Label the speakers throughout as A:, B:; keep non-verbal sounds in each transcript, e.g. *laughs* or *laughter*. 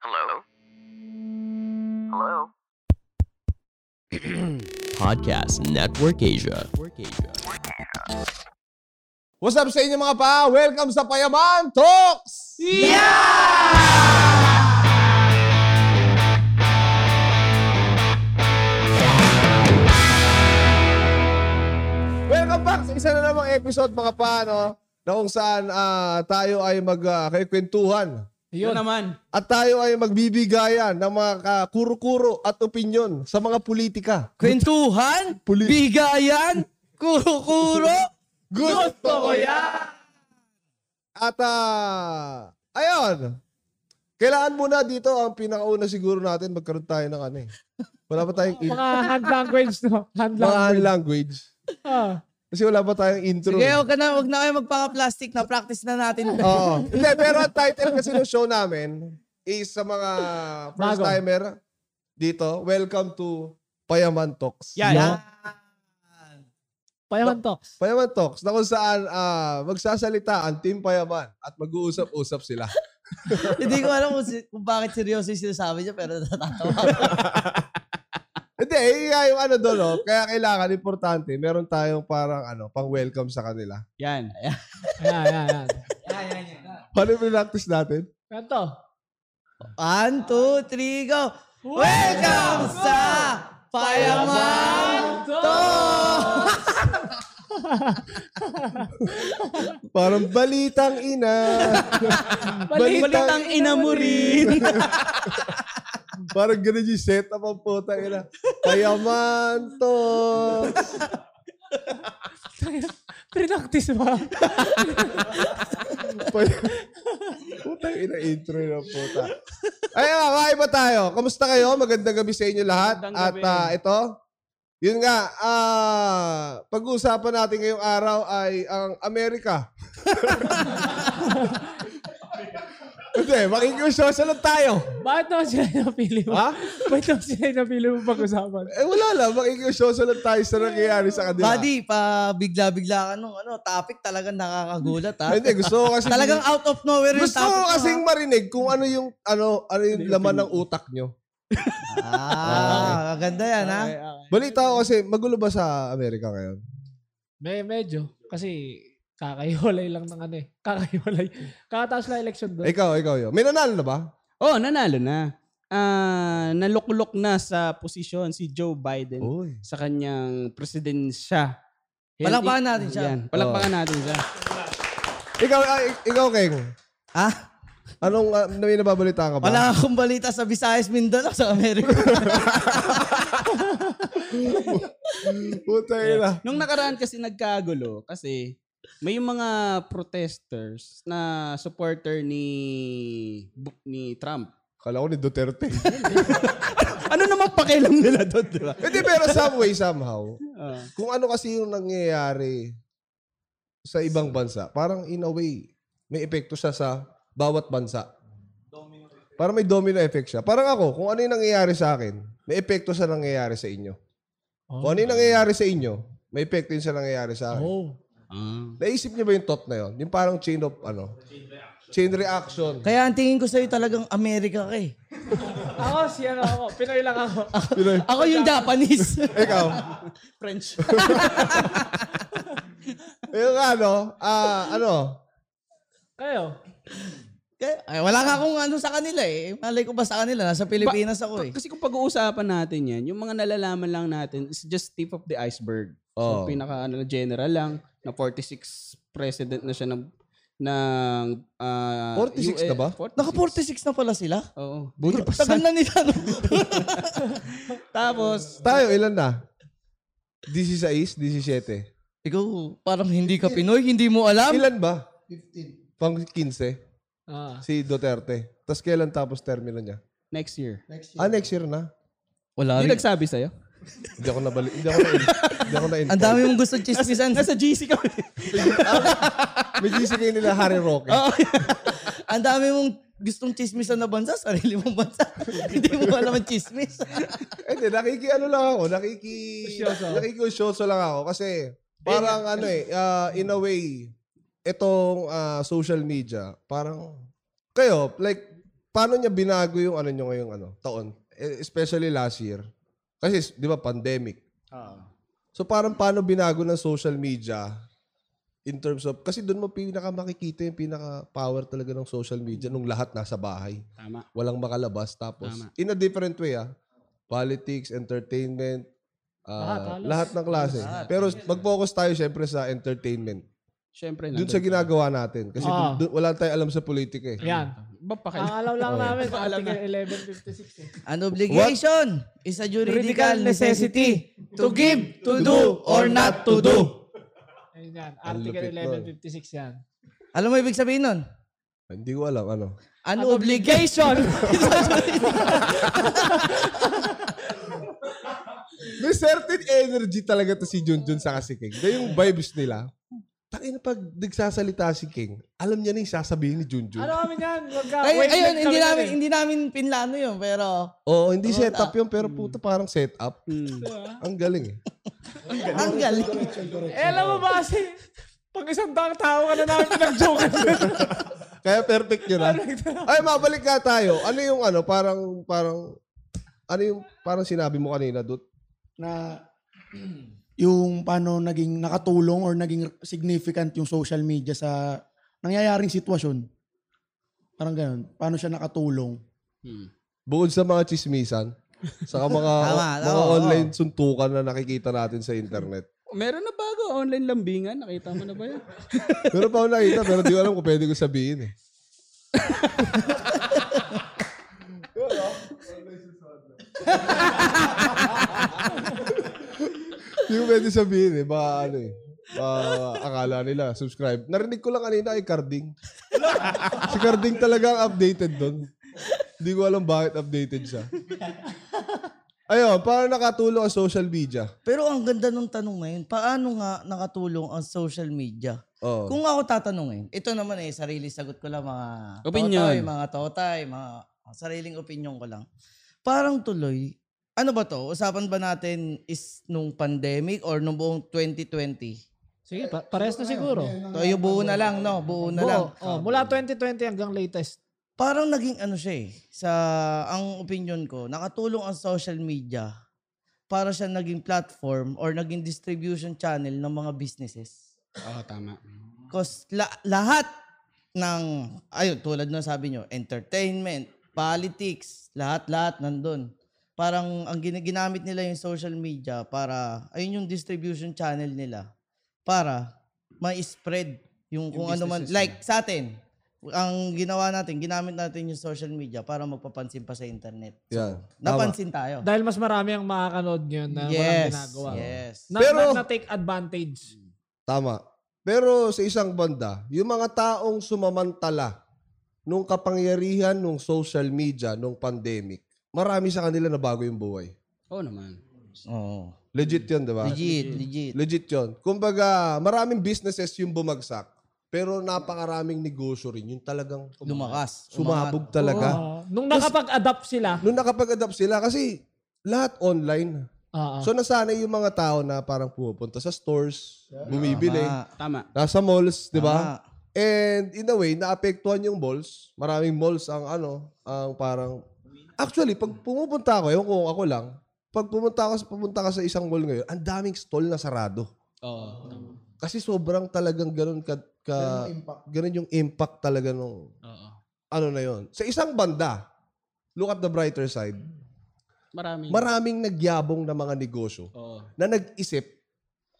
A: Hello? Hello?
B: Podcast Network Asia.
C: What's up sa inyo mga pa? Welcome sa Payaman Talks! Welcome back sa isa na namang episode mga pa, no? Na kung saan ah, tayo ay magkikwentuhan.
D: Yun naman.
C: at tayo ay magbibigayan ng mga ka- kuro-kuro at opinyon sa mga politika.
D: Kwentuhan,
C: Puli-
D: bigayan, kuro-kuro.
C: Gusto ko yan! At ah, ayun, kailangan muna dito ang pinakauna siguro natin magkaroon tayo ng ano eh. Wala pa tayong in-
E: Mga Ah, hand language, no? Hand
C: mga
E: language.
C: language.
E: Ah.
C: Kasi wala pa tayong intro.
D: Sige,
C: eh.
D: huwag ka na, huwag na kayo magpaka-plastic na. Practice na natin.
C: Oo. Hindi, pero ang title kasi ng show namin is sa mga
E: Bago.
C: first-timer dito, welcome to Payaman Talks.
D: Yan.
C: *laughs* No?
E: Payaman Talks.
C: Payaman Talks, na kung saan ah, magsasalita ang Team Payaman at mag-uusap-usap sila.
D: *laughs* Hindi ko alam kung, si- kung bakit seryoso yung sinasabi niya, pero natatawa.
C: Hindi, eh, kaya yung ano doon, oh, kaya kailangan, importante, meron tayong parang ano, pang-welcome sa kanila.
D: Yan.
E: Ayan, ayan, ayan.
C: Paano yung practice natin?
E: Ganito.
D: One, two, three, go. Welcome sa Payaman Talk!
C: Parang balitang ina.
D: Balitang ina mo rin.
C: Parang ganun yung set up ang puta ina. Payaman Talks.
E: Prinactice ba?
C: Pay- Putang ina intro na puta. Ayun nga, kakaiba tayo. Kamusta kayo? Magandang gabi sa inyo lahat. At ah, ito, yun nga, ah, pag-uusapan natin ngayong araw ay ang Amerika. *laughs* Hindi, makikiusyosa lang tayo.
E: Bakit naman sila napili mo?
C: Ha?
E: Bakit naman sila napili mo pag-usapan?
C: Eh wala lang, makikiusyosa lang tayo sa nangyayari sa kanila.
D: Buddy, pa bigla-bigla ka nung ano, topic talaga nakakagulat ha.
C: Hindi, gusto ko kasi...
D: ah. Talagang out of nowhere yung ah.
C: Gusto ko
D: topic mo, ha?
C: kasing marinig kung ano yung ano ano yung laman ng utak nyo.
D: Ah, maganda yan ha.
E: Okay, okay.
C: Balita ko kasi magulo ba sa Amerika ngayon?
E: May, medyo. Kasi kakaiwalay lang ng ano eh. Kakaiwalay. Kakataas na election doon.
C: Ikaw, ikaw yun. May nanalo na ba?
F: Oh, nanalo na. Ah, naluklok na sa posisyon si Joe Biden
C: Uy.
F: sa kanyang presidensya. Healthy-
D: Palakpakan natin siya.
F: Yan, palakpakan natin siya.
C: Ikaw, ah, ik- ikaw, Keng.
D: Ah,
C: Anong, uh, may nababalita ka ba?
D: wala akong balita sa Visayas, Mindanao, sa Amerika. *laughs*
C: Puta ina.
F: Nung nakaraan kasi nagkagulo kasi may mga protesters na supporter ni Bu- ni Trump.
C: Kala ko ni Duterte.
F: Ano naman pakialam nila doon, di ba?
C: Hindi, pero some way, somehow.
F: Ah.
C: Kung ano kasi yung nangyayari sa ibang bansa, parang in a way, may epekto siya sa bawat bansa. Parang may domino effect siya. Parang ako, kung ano yung nangyayari sa akin, may epekto sa nangyayari sa inyo. Kung ano yung nangyayari sa inyo, may epekto yun sa nangyayari sa akin.
E: Oh.
F: Ah.
C: Naisip niyo ba yung thought na yun? Yung parang chain of ano? Hmm. Chain reaction.
D: Kaya ang tingin ko sa'yo talagang Amerika ka eh.
E: Ako, si ano ako. Pinoy lang ako.
D: Ako yung *laughs* Japanese.
C: Ikaw.
F: French.
C: yung ano, ah, ano,
E: Kayo.
D: Kaya- Ay, wala nga akong ano sa kanila eh. Malay ko ba sa kanila? Nasa Pilipinas ako eh.
F: Kasi kung pag-uusapan natin yan, yung mga nalalaman lang natin is just tip of the iceberg.
C: Oo.
F: So, pinaka ano, general lang, na 46 president na siya ng, ng ah,
C: 46 na ba?
D: Naka 46 na pala sila.
F: Oo.
C: Buti pa
D: Tagal na nila. No?
F: Tapos,
C: tayo, ilan na? 16, 17.
D: *laughs* Ikaw, parang hindi ka Pinoy, hindi mo alam.
C: Ilan ba? 15. Pang 15,
E: Ah.
C: si Duterte. Tapos kailan tapos termino niya?
F: next year.
C: Ah, next year na.
D: Wala
F: Hindi
D: rin.
F: nagsabi sa'yo?
C: Hindi ako nabali, hindi ako na, hindi ako na
D: Ang dami mong gusto chismisan.
F: Nasa GC kami.
C: Ah, May gising kayo nila Harry Roque.
D: Ang dami mong gustong chismisan na bansa, sarili mong *laughs* bansa. Hindi mo alam ang chismis.
C: Eh, di, nakiki ano lang ako, nakiki
E: Usyoso.
C: nakikiusyoso lang ako kasi parang ano eh, ah, in a way, itong ah, social media, parang kayo, like, paano niya binago yung ano niyo ngayong ano, taon? Eh, Especially last year. Kasi, di ba, pandemic. So parang paano binago ng social media in terms of, kasi doon mo pinaka makikita yung pinaka power talaga ng social media nung lahat nasa bahay.
F: Tama.
C: Walang makalabas. Tapos,
F: Tama.
C: in a different way ah, politics, entertainment,
E: Lahat,
C: ah,
E: halos.
C: lahat ng klase. Pero mag-focus tayo syempre sa entertainment.
F: Siyempre.
C: Doon sa ginagawa natin. Kasi
E: Ah.
C: dun- dun- wala tayong alam sa politika eh.
E: Yan.
F: Ba pa kayo?
E: Ang alaw lang
C: Oo.
E: namin sa
F: Paalam
E: article 1156 eh.
D: An obligation is a juridical
E: Juridical
D: necessity to give, to do, or not to do.
E: Ayun yan.
C: Ang
E: Article
C: lupit nun.
E: 1156 yan.
D: Alam mo ibig sabihin nun?
C: Hindi ko alam ano.
E: An
D: An obligation. *laughs*
C: May certain energy talaga to si Junjun sa si King. Dahil yung vibes nila, takin na pag nagsasalita si King, alam niya na yung sasabihin ni Junjun.
E: Ano kami yan? Wag ka.
D: Ay,
E: wait,
D: ayun,
E: wait,
D: hindi
E: kami
D: namin,
E: yan eh.
D: hindi namin pinlano yun, pero
C: Oo, hindi
D: Ano,
C: setup yun, pero puta parang setup.
F: Hmm.
C: Ang galing eh.
D: ang galing.
E: Eh, alam mo ba kasi, pag isang daang tao ka na namin pinag-joke.
C: Kaya perfect yun ah. Ay, mabalik nga tayo. Ano yung ano, parang, parang, ano yung parang sinabi mo kanina, Dut?
A: na yung paano naging nakatulong or naging significant yung social media sa nangyayaring sitwasyon. Parang ganun. Paano siya nakatulong?
F: Hmm.
C: Bukod sa mga chismisan, saka mga,
D: Tama,
C: mga
D: oo,
C: online suntukan na nakikita natin sa internet.
F: Meron na bago online lambingan. Nakita mo na ba yan?
C: Meron pa ako nakita, pero di ko alam kung pwede ko sabihin eh. Hindi ko pwede sabihin eh. Baka ano eh. Baka akala nila, subscribe. Narinig ko lang kanina ay Carding. si Carding talaga ang updated doon. Hindi ko alam bakit updated siya. Ayun, paano nakatulong ang social media?
D: Pero ang ganda nung tanong na yun, paano nga nakatulong ang social media?
C: Oo.
D: Kung ako tatanungin, ito naman eh, sarili sagot ko lang mga
F: Opinion.
D: totay, mga totay, mga sariling opinion ko lang. Parang tuloy, ano ba to? Usapan ba natin is nung pandemic or nung buong 2020?
E: Sige, pa- pares na siguro.
D: To, yung buo na lang, no? Buo na lang.
E: Oo, oo, oh, mula 2020 hanggang latest.
D: Parang naging ano siya eh. Sa, ang opinion ko, nakatulong ang social media para siya naging platform or naging distribution channel ng mga businesses.
F: Oo, tama.
D: Because la- lahat ng, ayun, tulad na sabi nyo, entertainment, politics, lahat-lahat nandun. Parang ang gin- ginamit nila yung social media para, ayun yung distribution channel nila, para ma-spread yung, kung ano man.
F: businesses
D: Like sa atin, ang ginawa natin, ginamit natin yung social media para magpapansin pa sa internet.
C: Yan. Tama.
D: Napansin tayo.
E: Dahil mas marami ang makakanood ngayon na walang
D: yes.
E: ginagawa.
D: Yes.
E: Na,
C: Pero-
E: na, na take advantage.
C: Tama. Pero sa isang banda, yung mga taong sumamantala nung kapangyarihan nung social media nung pandemic, marami sa kanila na bago yung buhay.
F: *laughs* Oo naman.
D: Oo.
C: Legit yun, di ba?
D: Legit, legit.
C: Legit yun. Kumbaga, maraming businesses yung bumagsak. Pero napakaraming negosyo rin. Yung talagang
D: Lumakas.
C: sumabog talaga.
E: Oo. nung nakapag-adapt sila.
C: Nung nakapag-adapt sila, kasi lahat online.
E: Oo.
D: Ah.
C: So nasanay yung mga tao na parang pumupunta sa stores, bumibili,
D: Tama.
F: Tama.
C: nasa malls, di ba?
D: Tama.
C: And in a way, naapektuhan yung malls. Maraming malls ang ano, ang parang... Actually, pag pumupunta ako, ewan ko kung ako lang, pag pumunta ako, pumunta ka sa isang mall ngayon, ang daming stall na sarado.
F: Oo.
C: Kasi sobrang talagang ganun ka... ka ganun yung impact talaga nung
F: Oo.
C: ano na yon. Sa isang banda, look at the brighter side,
F: Marami.
C: maraming nagyabong na mga negosyo
F: Oo.
C: na nag-isip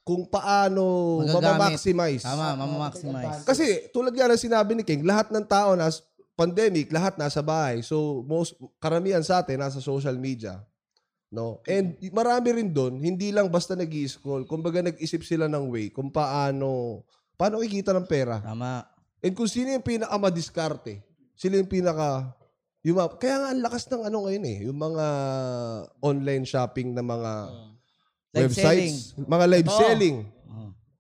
C: kung paano
D: Magagamit.
C: mamamaximize.
D: Tama, mamamaximize.
C: Kasi tulad nga ng sinabi ni King, lahat ng tao nas pandemic, lahat nasa bahay. So most karamihan sa atin nasa social media. No? And marami rin doon, hindi lang basta nag scroll Kumbaga nag-isip sila ng way kung paano paano kikita ng pera.
D: Tama.
C: And kung sino yung pinaka madiskarte, sila yung pinaka yung mga- kaya nga ang lakas ng ano ngayon eh, yung mga online shopping na mga
D: Live Oh.
C: websites, mga live selling.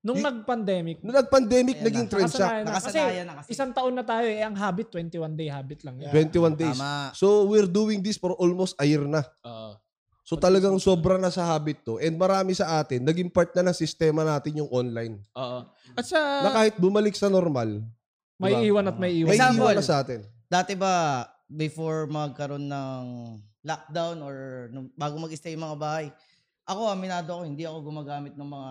E: nung nag-pandemic,
C: Nung nag-pandemic, naging trend
E: nakasanayan
C: siya.
E: na. Kasi
D: Nakasanayan na kasi.
E: isang taon na tayo eh. Ang habit, 21 day habit lang. yun.
C: 21 days.
D: Tama.
C: So, we're doing this for almost a year na.
F: Oo.
C: So, talagang sobra na sa habit to. And marami sa atin, naging part na ng sistema natin yung online.
F: Oo. At sa...
D: Ah.
C: Na kahit bumalik sa normal,
E: May
C: Diba?
E: iwan at may iwan.
C: may
D: Example.
C: iwan na sa atin.
D: Dati ba before magkaroon ng lockdown or nung- bago mag-stay yung mga bahay, ako, aminado ako, hindi ako gumagamit ng mga...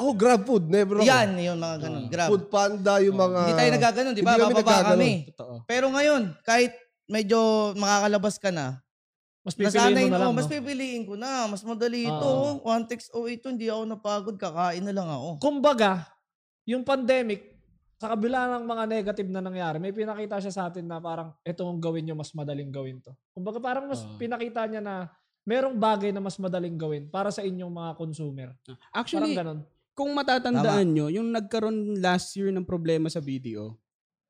C: Ako, Oh, grab food. Never ako.
D: Yan, yun, mga ganun. Grab.
C: Food panda, yung
F: Oh.
C: mga...
D: hindi tayo nagaganon, di ba?
C: hindi kami
D: Bababa
C: nagkaganon.
D: kami.
F: Totoo.
D: Pero ngayon, kahit medyo makakalabas ka na,
E: Mas pipiliin
D: Nasanay
E: mo na
D: ko,
E: lang,
D: mas
E: no?
D: pipiliin ko na. Mas
C: Ah.
D: madali ito.
E: Oo.
D: oh. One text, oh ito, hindi ako napagod. Kakain na lang ako.
E: Kumbaga, yung pandemic, sa kabila ng mga negative na nangyari, may pinakita siya sa atin na parang eto ang gawin nyo, mas madaling gawin to. Kumbaga parang mas
F: Oo.
C: Ah.
E: pinakita niya na merong bagay na mas madaling gawin para sa inyong mga consumer.
F: Actually,
E: parang ganun.
F: kung matatandaan nyo, yung nagkaroon last year ng problema sa BDO,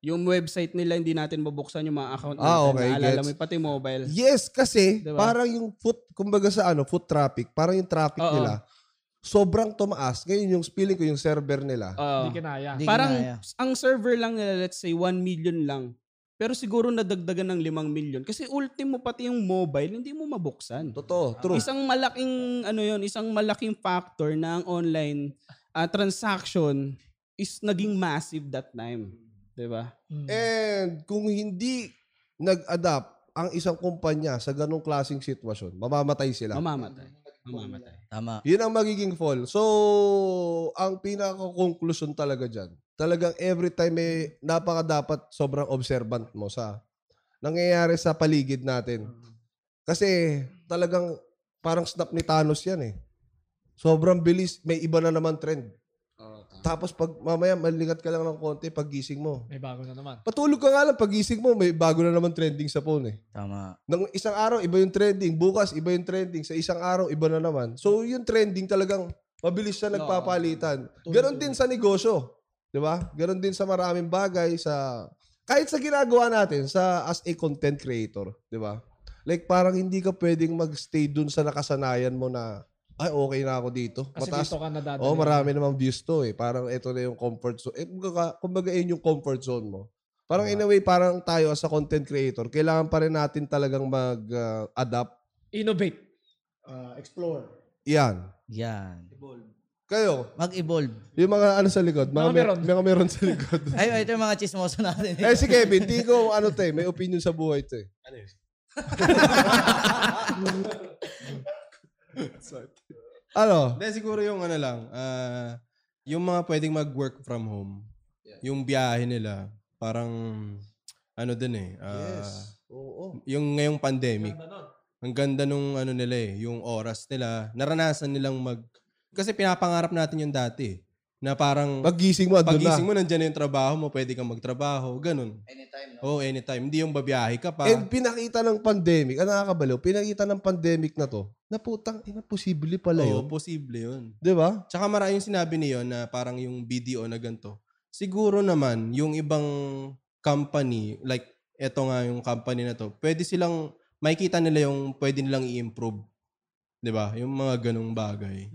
F: yung website nila hindi natin mabuksan yung mga account natin.
C: Ah, okay,
F: Naalala
C: gets.
F: mo, yun, pati mobile.
C: Yes, kasi
F: Diba?
C: parang yung foot, kumbaga sa ano, foot traffic, parang yung traffic
F: Oo.
C: nila, sobrang tumaas. Ngayon yung feeling ko, yung server nila.
F: Oo.
E: Hindi kinaya.
D: Hindi
F: parang
D: kinaya.
F: ang server lang nila, let's say 1 million lang. Pero siguro nadagdagan ng 5 million. Kasi ultimo pati yung mobile, hindi mo mabuksan.
C: Totoo, true.
F: Isang malaking, ano yon isang malaking factor na ang online ah, transaction is naging massive that time. 'Di ba?
E: Mm.
C: Eh, And kung hindi nag-adapt ang isang kumpanya sa ganong klaseng sitwasyon, mamamatay sila.
F: Mamamatay. Mamamatay.
D: Tama.
C: Yun ang magiging fall. So, ang pinaka-conclusion talaga dyan, talagang every time may napaka dapat sobrang observant mo sa nangyayari sa paligid natin. Kasi talagang parang snap ni Thanos yan eh. Sobrang bilis. May iba na naman trend. Tapos pag mamaya malingat ka lang ng konti pag gising mo.
E: May bago na naman.
C: Patulog ka nga lang pag gising mo, may bago na naman trending sa phone eh.
D: Tama.
C: Nang isang araw, iba yung trending. Bukas, iba yung trending. Sa isang araw, iba na naman. So, yung trending talagang mabilis siya nagpapalitan. Ganon din sa negosyo. Di ba? Ganon din sa maraming bagay. sa Kahit sa ginagawa natin sa as a content creator. Di ba? Like, parang hindi ka pwedeng magstay dun sa nakasanayan mo na, ay, okay na ako dito.
E: Kasi
C: Mataas
E: dito ka Ano na dadali.
C: Oo, marami namang views to eh. Parang ito na yung comfort zone. Eh, kumbaga, kumbaga yun yung comfort zone mo. Parang in a way, parang tayo as a content creator, kailangan pa rin natin talagang ah, mag-adapt.
E: Innovate.
A: explore.
C: Yan.
D: Yan.
C: Kayo,
D: Mag-evolve.
C: yung mga ano sa likod, mga,
E: Mga
C: may-
E: meron.
C: mga meron sa likod.
E: *laughs*
D: Ay, oh, ito yung mga chismoso *laughs* natin.
C: eh si Kevin, di ko ano to eh, may opinion sa buhay to eh. *laughs* Ano?
G: Hindi, siguro yung ano lang, ah, yung mga pwedeng mag-work from home, yung biyahe nila, parang ano din eh. ah,
C: Oo.
G: Yung ngayong pandemic. Ang ganda nung ano nila eh, yung oras nila. Naranasan nilang mag... Kasi pinapangarap natin yung dati eh, na parang
C: Paggising mo, andun
G: pagising
C: na.
G: mo, nandiyan na yung trabaho mo, pwede kang magtrabaho, ganun.
D: Anytime, no?
G: Oo, oh, anytime. Hindi yung babiyahe ka pa.
C: And pinakita ng pandemic, ang nakakabalaw, pinakita ng pandemic na to, na putang ina, posible pala
G: Oo,
C: yun.
G: Oh, posible yun.
C: Di ba?
G: Tsaka marami yung sinabi niyo na parang yung BDO na ganito. Siguro naman, yung ibang company, like eto nga yung company na to, pwede silang, makikita nila yung pwede nilang i-improve. 'Di ba Yung mga ganong bagay.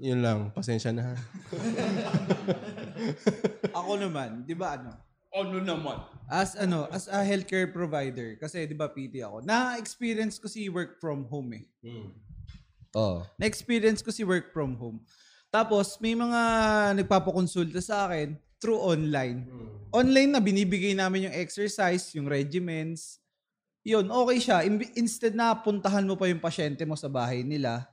G: Yun lang, pasensya na. ha.
H: Ako naman, 'di ba ano? Ano naman? As ano, as a healthcare provider kasi 'di ba PT ako. Na-experience ko si work from home eh.
C: Oo.
H: Na-experience ko si work from home. Tapos may mga nagpapakonsulta sa akin through online. Online na binibigay namin yung exercise, yung regimens. Yun, okay siya. Imbi- Instead na puntahan mo pa yung pasyente mo sa bahay nila,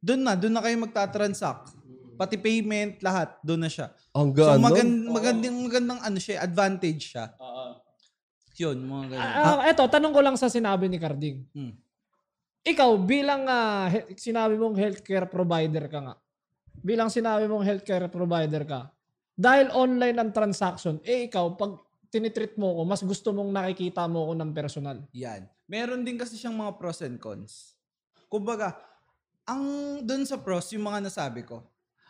H: doon na, doon na kayo magtatransact. Pati payment, lahat, doon na siya.
C: Ang
H: So
C: ganda.
H: magand- magandang magandang ano siya, advantage siya. Oo. 'Yun, mga ganun.
E: Ah, ah, eto, tanong ko lang sa sinabi ni Carding.
H: Hmm.
E: Ikaw, bilang ah, he- sinabi mong healthcare provider ka nga, bilang sinabi mong healthcare provider ka, dahil online ang transaction, eh ikaw, pag tinitreat mo ko, mas gusto mong nakikita mo ko ng personal.
H: Yan. Meron din kasi siyang mga pros and cons. Kumbaga, ang doon sa pros, yung mga nasabi ko.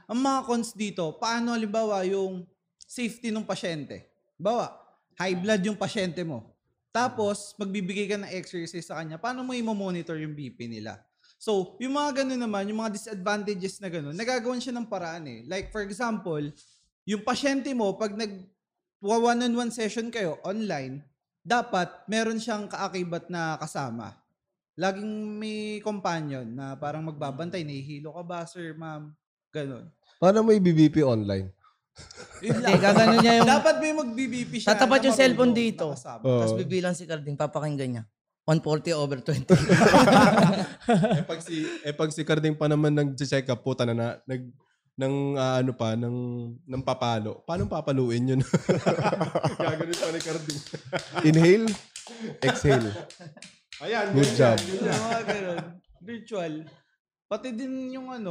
H: Ang mga cons dito, paano halimbawa yung safety ng pasyente. Bawa, high blood yung pasyente mo. Tapos, magbibigay ka ng exercise sa kanya, paano mo i-monitor yung BP nila? So, yung mga ganun naman, yung mga disadvantages na ganun, nagagawan siya ng paraan eh. Like, for example, yung pasyente mo, pag nag one-on-one session kayo online, dapat meron siyang kaakibat na kasama. Laging may companion na parang magbabantay, nahihilo ka ba, sir, ma'am? Ganon.
C: Paano mo i-BBP online?
H: Yun
D: Hindi, gaganon niya yung-
H: Dapat may mag-BBP siya.
D: Tatapat
H: na
D: yung cellphone
H: marunong,
D: dito.
H: nakasama.
C: Oo.
D: Tapos bibilang si Carding, papakinggan niya. 140 over 20.
G: eh pag si eh pag si Carding pa naman nag-check up puta na, na nag ng ah, ano pa ng ng papalo. Paano papaluin yun? *laughs* Gagawin pa ni Carding.
C: Inhale, exhale.
G: Ayan, ganyan,
C: Good job.
G: ganyan.
H: Yun yung mga ganun. Virtual. Pati din yung ano,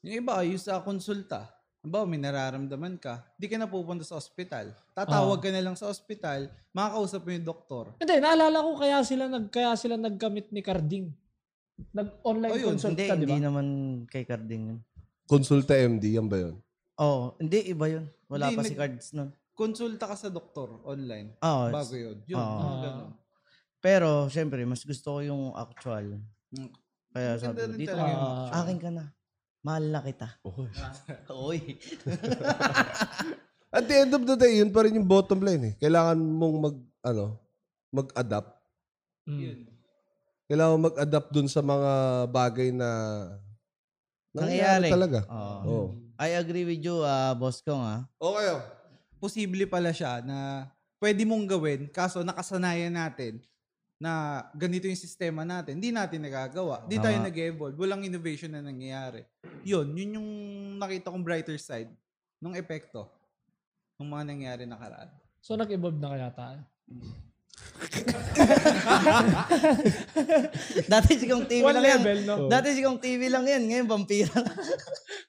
H: yung iba, yung sa konsulta. Halimbawa, may nararamdaman ka, di ka na pupunta sa ospital. Tatawag ka na lang sa ospital, makakausap mo yung doktor.
E: Hindi, naalala ko kaya sila nag kaya sila nagkamit ni Carding. Nag-online
H: Oh, yun,
E: consult
D: hindi,
E: ka, di
D: hindi
E: ba?
D: naman kay Carding yun.
C: Konsulta MD, yan ba yun?
D: Oo, hindi, iba yun. Wala
H: Hindi,
D: pa
H: nag-
D: si Cards nun.
H: Konsulta ka sa doktor online.
D: Oo,
H: Bago yun. Yun,
D: Oo.
H: mga ganun.
D: Pero, syempre, mas gusto ko yung actual.
H: Mm.
D: Kaya
H: Maganda
D: sabi ko,
H: rin
D: dito,
H: talaga yung
D: ah,
E: actual.
D: akin ka na. Mahal na kita. *laughs* Oy.
C: At the end of the day, yun pa rin yung bottom line eh. Kailangan mong mag, ano, mag-adapt.
E: Mm.
H: Yun.
C: Kailangan mong mag-adapt dun sa mga bagay na nangyayari
D: Nangyayari. Hmm.
C: talaga.
D: Oo.
C: Oo.
D: Oh. I agree with you, ah, boss kong ah.
C: Oh. Okay, oh.
H: Posible pala siya na pwede mong gawin, kaso nakasanayan natin na ganito yung sistema natin. Hindi natin nagagawa. Hindi tayo
D: Tama.
H: nag-evolve. Walang innovation na nangyayari. Yun, yun yung nakita kong brighter side ng epekto ng mga nangyari nakaraan.
E: So nag-evolve na kaya tayo.
D: Dati si Kong TV
E: One
D: lang yan.
E: level, no?
D: Dati si Kong TV lang yan. Ngayon, vampira.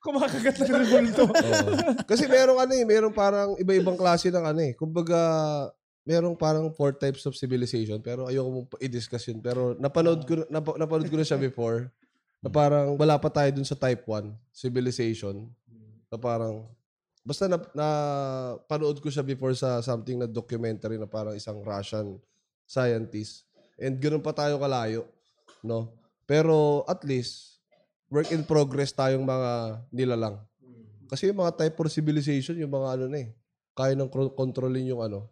E: Kumakagat na ng bulto.
C: Oo. Kasi merong ano eh, merong parang iba-ibang klase ng ano eh. Kumbaga, merong parang four types of civilization pero ayoko mong pa- i-discuss yun. Pero napanood ko, nap- napanood ko na siya before na parang wala pa tayo dun sa type 1 civilization na parang basta na, na panood ko siya before sa something na documentary na parang isang Russian scientist. And ganoon pa tayo kalayo, no? Pero at least work in progress tayong mga nilalang. Kasi yung mga type 4 civilization, yung mga ano na eh, kaya ng kro- kontrolin yung ano,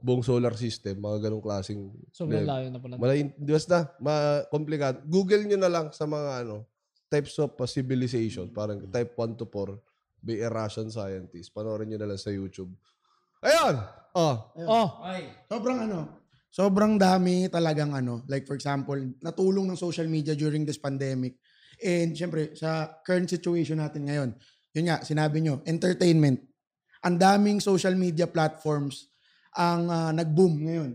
C: buong solar system, mga ganong klaseng
E: Sobrang
C: level.
E: layo na pala.
C: Malayin, basta, ma-complicate. Google nyo na lang sa mga ano, types of uh, civilization. Parang type 1 to 4. Be a Russian scientist. Panoorin nyo na lang sa YouTube. Ayun! Oh,
E: Oh,
A: Sobrang ano, sobrang dami talagang ano, like for example, natulong ng social media during this pandemic. And syempre, sa current situation natin ngayon, yun nga, sinabi nyo, entertainment. Ang daming social media platforms ang ah, nag-boom ngayon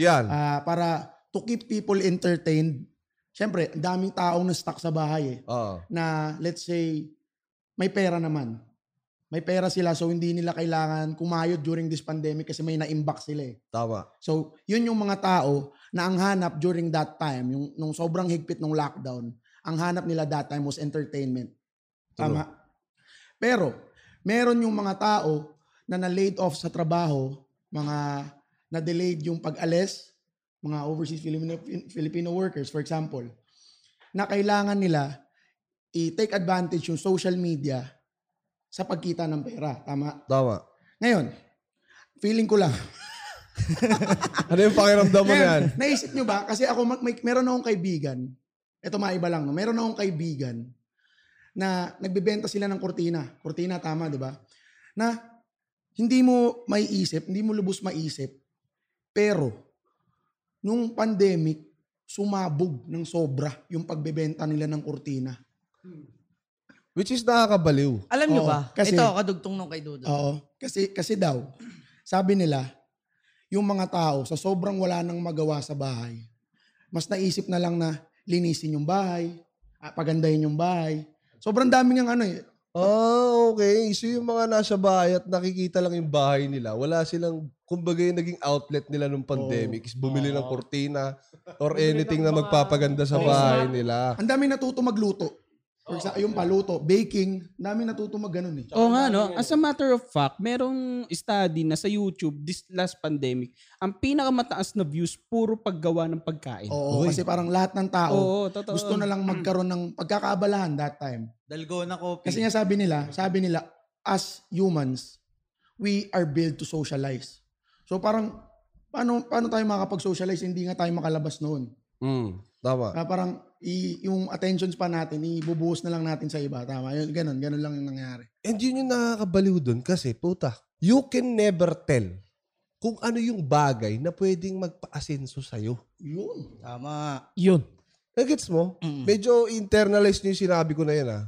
C: yan.
A: Ah, para to keep people entertained. Syempre, ang daming taong na-stuck sa bahay eh
C: Oo.
A: na let's say may pera naman. May pera sila so hindi nila kailangan kumayod during this pandemic kasi may na-imbak sila eh.
C: tama.
A: So, yun yung mga tao na ang hanap during that time, yung nung sobrang higpit ng lockdown, ang hanap nila that time was entertainment. Tama. Pero, meron yung mga tao na na-laid off sa trabaho, mga na-delayed yung pag-alis, mga overseas Filipino, Filipino workers, for example, na kailangan nila i-take advantage yung social media sa pagkita ng pera. Tama?
C: Tama.
A: Ngayon, feeling ko lang,
C: Ano yung pakiramdam
A: *laughs*
C: mo na yan?
A: Ngayon, naisip nyo ba? Kasi ako, mag- may, meron akong kaibigan. Ito maiba lang. No? Meron akong kaibigan na nagbebenta sila ng kortina. Kortina, tama, di ba? Na hindi mo maiisip, hindi mo lubos maiisip. Pero, nung pandemic, sumabog ng sobra yung pagbebenta nila ng kortina.
C: Which is nakakabaliw.
D: Alam niyo
A: Oo,
D: ba?
A: kasi-
D: ito, kadugtong nung kay Dudo.
A: Oo.
F: Diba?
A: Kasi, kasi daw, sabi nila, yung mga tao sa sobrang wala nang magawa sa bahay, mas naisip na lang na linisin yung bahay, ah, pagandahin yung bahay. Sobrang daming ang ano eh.
C: Oh, okay. So yung mga nasa bahay at nakikita lang yung bahay nila, wala silang, kumbaga yung naging outlet nila nung pandemic is bumili ng kortina
E: Ah.
C: or
E: Bumili ng
C: anything na
E: mga-
C: magpapaganda sa
E: Oo.
C: bahay nila.
A: Ang daming natuto magluto. For exa- yung paluto, baking, ang daming natuto mag ganun eh.
F: Oo nga, no? As a matter of fact, merong study na sa YouTube this last pandemic, ang pinakamataas na views, puro paggawa ng pagkain.
A: Oo, kasi parang lahat ng tao
F: Oo, totoo.
A: gusto na lang magkaroon ng pagkakaabalahan that time.
H: Dalgona coffee.
A: Kasi nga sabi nila, sabi nila, as humans, we are built to socialize. So parang, paano, paano tayo makapag-socialize? Hindi nga tayo makalabas noon.
C: Mm. Tama.
A: Na parang i- yung attentions pa natin, ibubuhos na lang natin sa iba. Tama, yun, ganun, ganun lang yung nangyari.
C: And yun yung nakakabaliw dun kasi, puta, you can never tell kung ano yung bagay na pwedeng magpa-asenso sa'yo.
A: Yun.
D: Tama.
E: Yun.
C: Nagets mo?
D: Mm.
C: Medyo internalized nyo yung sinabi ko na yan ah.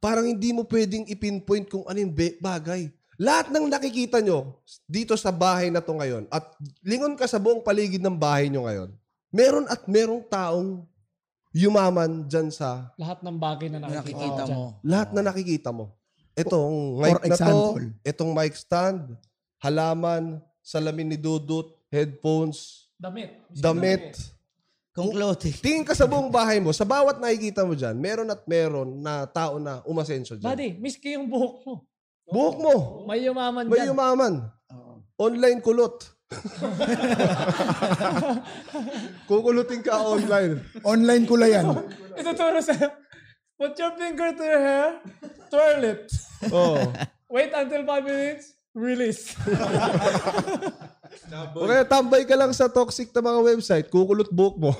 C: Parang hindi mo pwedeng ipinpoint kung ano yung be- bagay. Lahat ng nakikita nyo dito sa bahay na to ngayon at lingon ka sa buong paligid ng bahay nyo ngayon, meron at merong taong yumaman dyan sa
E: Lahat ng bagay na nakikita,
D: Nakikita
E: dyan.
D: mo.
C: lahat na nakikita mo. Itong
A: For
C: mic na to,
A: example.
C: itong mic stand, halaman, salamin ni Dudut, headphones,
E: Damit.
C: damit.
D: Kung clothing. *laughs*
C: Tingin ka sa buong bahay mo, sa bawat nakikita mo dyan, meron at meron na tao na umasenso dyan.
E: Buddy, miski yung buhok mo.
C: Buhok mo,
E: May umaman
C: may
E: dyan.
C: umaman. Online kulot. Kukulutin ka online.
A: Online ko lang yan.
E: Ituturo sa'yo. Put your finger to your hair. Twirl it.
C: Oh.
E: *laughs* Wait until 5 minutes. Release.
C: O kaya tambay ka lang sa toxic na mga website, kukulot buhok mo.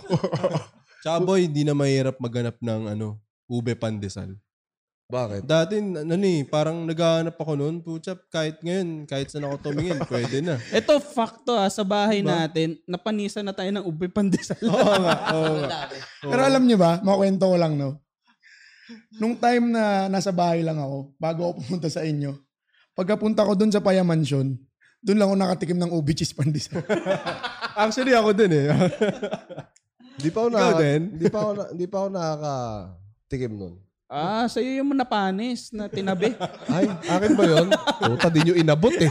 G: *laughs* Tsaka boy, hindi na mahirap maghanap ng ano, ube pandesal.
C: Bakit?
G: Dati, n- ano eh, parang naghahanap ako noon, puchap, kahit ngayon, kahit saan ako tumingin, pwede na.
F: Ito, fakto ah, sa bahay natin, napanisa na tayo ng ube pandesal.
G: Oo nga, oo nga.
A: Pero alam niyo ba, makwento ko lang, no? Nung time na nasa bahay lang ako, bago ako pumunta sa inyo, pagkapunta ko dun sa Paya Mansion, dun lang ako nakatikim ng ubi *laughs* cheese pandesal.
G: Actually, ako din eh.
C: Hindi pa ako
G: Ikaw
C: nakaka-
G: din?
C: Hindi pa ako, na- hindi pa ako nakakatikim nun.
F: Ah, sa'yo yung napanis na tinabi.
C: Ay, akin ba yun? Puta, di nyo inabot eh.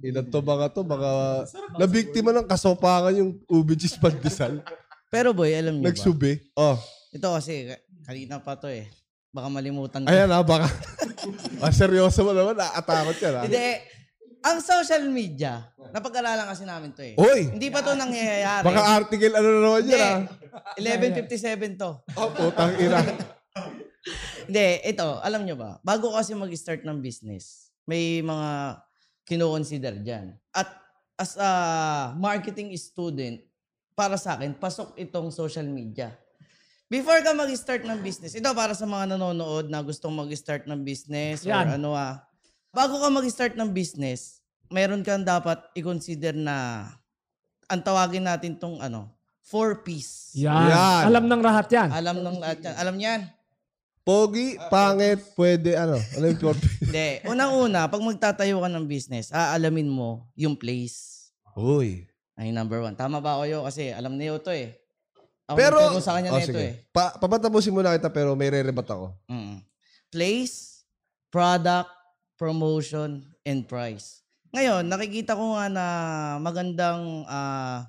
C: Ilan to baka to? Baka nabiktima ng kasopakan yung ube cheese
D: Ano
C: pandesal.
D: Pero boy, alam niyo ba?
C: Nagsubi. Oh,
D: Ito kasi, ka- kanina pa to eh. Baka malimutan ko.
C: ayan ah, baka.
D: *laughs*
C: ah, seryoso mo naman, naatakot ah. ka na.
D: Hindi. Ang social media, napag-aralan kasi namin to eh.
C: Hoy!
D: Hindi pa to nangyayari.
C: Baka article ano na naman yan ah.
D: Hindi. 11.57 to.
C: Oh, putang ina.
D: Hindi, ito, alam nyo ba, bago kasi mag-start ng business, may mga kinoconsider dyan. At as a marketing student, para sa akin, pasok itong social media. Before ka mag-start ng business, ito para sa mga nanonood na gustong mag-start ng business or
E: Yan.
D: ano ah. Bago ka mag-start ng business, meron kang dapat i-consider na ang tawagin natin tong ano, four piece.
E: Yan.
C: Yan.
E: Alam ng lahat yan.
D: Alam ng lahat yan. Alam niyan?
C: Pogi, pangit, pwede ano. Ano yung pure
D: Hindi. Unang-una, pag magtatayo ka ng business, aalamin mo yung place.
C: Uy.
D: Ay, number one. Tama ba kayo? Kasi alam niyo to eh. Ako
C: Pero,
D: nagturo sa kanya
C: oh,
D: na ito
C: sige.
D: eh.
C: Pa, papatapusin mo na kita pero may re-rebat ako.
D: Mm. Place, product, promotion, and price. Ngayon, nakikita ko nga na magandang ah,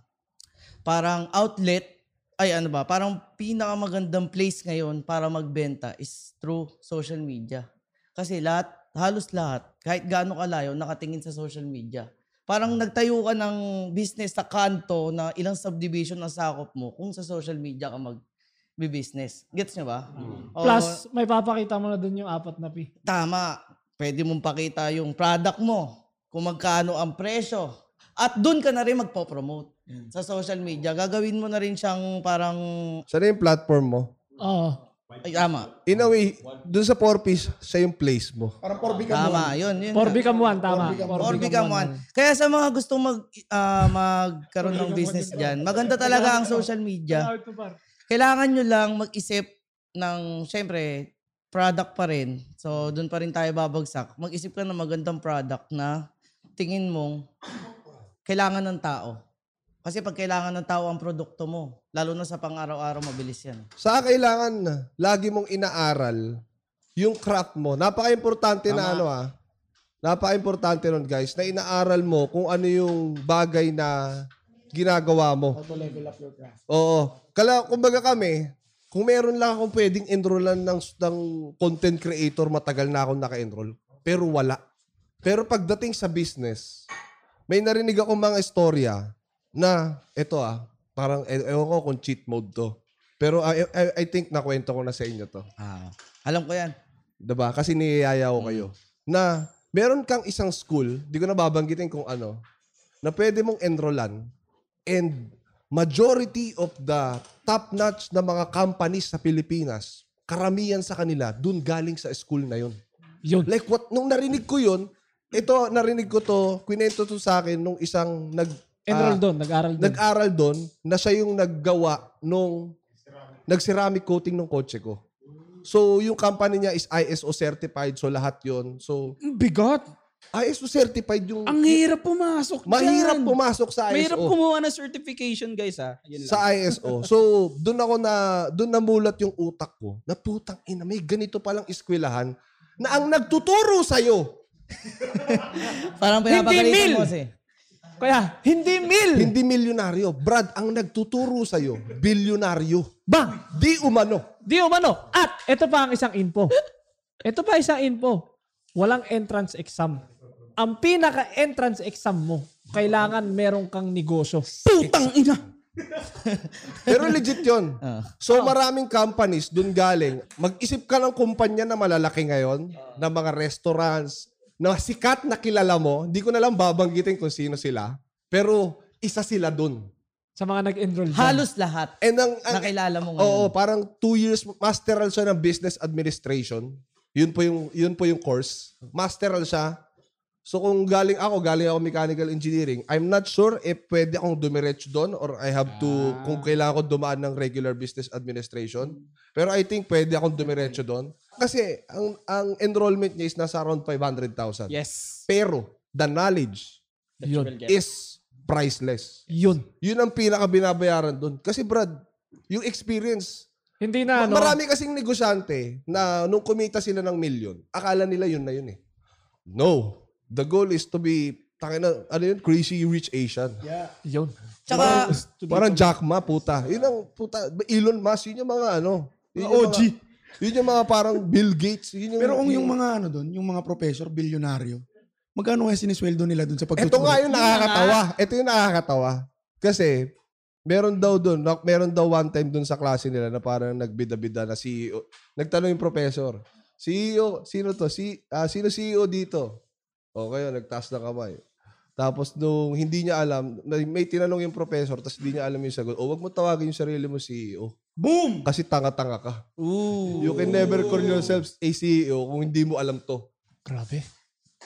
D: parang outlet, ay ano ba, parang pinakamagandang place ngayon para magbenta is through social media. Kasi lahat, halos lahat, kahit gaano kalayo, nakatingin sa social media. Parang nagtayo ka ng business sa kanto na ilang subdivision ang sakop mo kung sa social media ka mag business. Gets nyo ba? Oo.
E: Plus, may papakita mo na dun yung apat na P.
D: Tama. Pwede mong pakita yung product mo, kung magkano ang presyo. At doon ka na rin magpo-promote sa social media. Gagawin mo na rin siyang parang,
C: Sana yung platform mo.
E: Oo.
D: ay tama,
C: In a way, dun sa four piece, siya yung place mo.
A: Parang porbi ka mo.
D: tama, yun, yun.
E: Or become one, tama.
D: Or become one. Kaya sa mga gustong mag, ah, magkaroon ng business dyan, maganda talaga ang social media.
E: Out to bar.
D: kailangan nyo lang mag-isip ng, syempre, product pa rin. So, doon pa rin tayo babagsak. Mag-isip ka ng magandang product na tingin mong kailangan ng tao. Kasi pag kailangan ng tao ang produkto mo, lalo na sa pang-araw-araw, mabilis yan.
C: Sa kailangan, lagi mong inaaral yung craft mo. Napaka-importante na ano ah. Napaka-importante nun guys, na inaaral mo kung ano yung bagay na ginagawa mo. Oo. Kala, kumbaga kami, kung meron lang akong pwedeng enrollan ng, ng content creator, matagal na akong naka-enroll. Pero wala. Pero pagdating sa business, may narinig ako mga istorya na, eto ah, parang, e- ewan ko kung cheat mode to. Pero I, I, I think nakwento ko na sa inyo to.
D: Ah, alam ko yan.
C: Diba? Kasi niyayaya ko kayo. Na meron kang isang school, di ko na babanggitin kung ano, na pwede mong enrollan and majority of the top-notch na mga companies sa Pilipinas, karamihan sa kanila, dun galing sa school na yun.
E: Yun.
C: Like what, nung narinig ko yun, ito, narinig ko to, kwento to sa akin nung isang nag,
E: Enroll
C: ah,
E: doon, nag-aral doon.
C: nag-aral doon na siya yung naggawa nung nag-ceramic coating ng kotse ko. So, yung company niya is ISO certified. So, lahat yon So,
F: Ang bigat.
C: ISO certified yung...
F: Ang hirap pumasok dyan.
C: mahirap pumasok sa ISO.
F: Mahirap kumuha ng certification, guys, ah. Yun lang.
C: sa ISO. So, doon ako na, doon namulat yung utak ko. Na putang ina, may ganito palang eskwelahan na ang nagtuturo sa'yo,
D: Parang
E: Hindi,
D: pinapagalitan
E: Mil!
D: mo kasi.
E: Kaya, hindi mil!
C: hindi milyonaryo. Brad, ang nagtuturo sa'yo, bilyonaryo.
E: Bang!
C: Di umano.
E: Di umano. At ito pa ang isang info. Ito pa isang info. Walang entrance exam. Ang pinaka-entrance exam mo, kailangan merong kang negosyo.
F: Putang ina!
C: Pero legit yon. So, maraming companies doon galing. Mag-isip ka ng kumpanya na malalaki ngayon, na mga restaurants, na sikat na kilala mo. Hindi ko na lang babanggitin kung sino sila. Pero, isa sila doon.
E: Sa mga nag-enroll dyan.
D: Halos lahat.
C: And ang, ang,
D: Nakilala mo ngayon.
C: Oo, parang two years, masteral siya ng business administration. Yun po yung, yun po yung course. Masteral siya. So kung galing ako, galing ako mechanical engineering, I'm not sure if pwede akong dumiretso doon or I have to,
D: Ah.
C: kung kailangan ko dumaan ng regular business administration. Pero I think pwede akong dumiretso doon. Kasi ang, ang enrollment niya is nasa around 500,000.
F: Yes.
C: Pero the knowledge
E: Yun.
C: is priceless.
E: Yun.
C: Yun ang pinaka binabayaran doon. Kasi Brad, yung experience,
E: Hindi na, ano,
C: Marami kasing negosyante na nung kumita sila ng million, akala nila yun na yun eh. No. The goal is to be, tangin na, ano yun, crazy rich Asian.
E: yun.
D: Tsaka,
C: Parang Jack Ma, puta. Yun ang puta, Elon Musk, yun yung mga ano. Yun yung
G: OG.
C: mga- yun yung mga parang Bill Gates. Yun yung,
A: Pero kung
F: Mm.
A: yung mga ano doon, yung mga professor, bilyonaryo, magkano kaya sinisweldo nila doon sa pagtuturo?
C: Ito nga yung nakakatawa. Ito yung nakakatawa. Kasi, meron daw doon, na- meron daw one time doon sa klase nila na parang nagbida-bida na CEO. Nagtanong yung professor, CEO, sino to? Si, ah, sino CEO dito? O kayo, nagtaas ng kamay. Tapos nung hindi niya alam, may- may tinanong yung professor, tapos hindi niya alam yung sagot, o wag mo tawagin yung sarili mo CEO. Boom! Kasi tanga-tanga ka. You can never call yourself a CEO kung hindi mo alam to.
E: Grabe.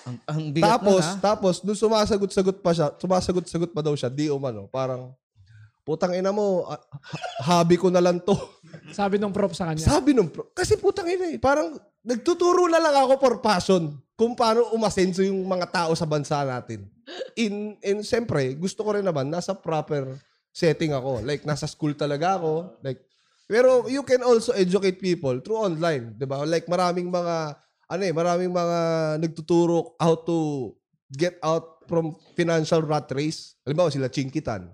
D: ang, ang bigat
C: Tapos,
D: nun, ha?
C: tapos, nung sumasagot-sagot pa siya, sumasagot-sagot pa daw siya, di umano, parang, putang ina mo, ah, ha- hobby ko na lang to. *laughs*
E: Sabi nung prof sa kanya.
C: Sabi nung, pro- kasi putang ina eh, parang, nagtuturo na lang ako for passion kung paano umasenso yung mga tao sa bansa natin. In, in, siyempre, gusto ko rin naman, nasa proper setting ako. Like, nasa school talaga ako. Like, pero you can also educate people through online, 'di ba? Like maraming mga ano eh, maraming mga nagtuturo how to get out from financial rat race. Halimbawa sila Chinkitan.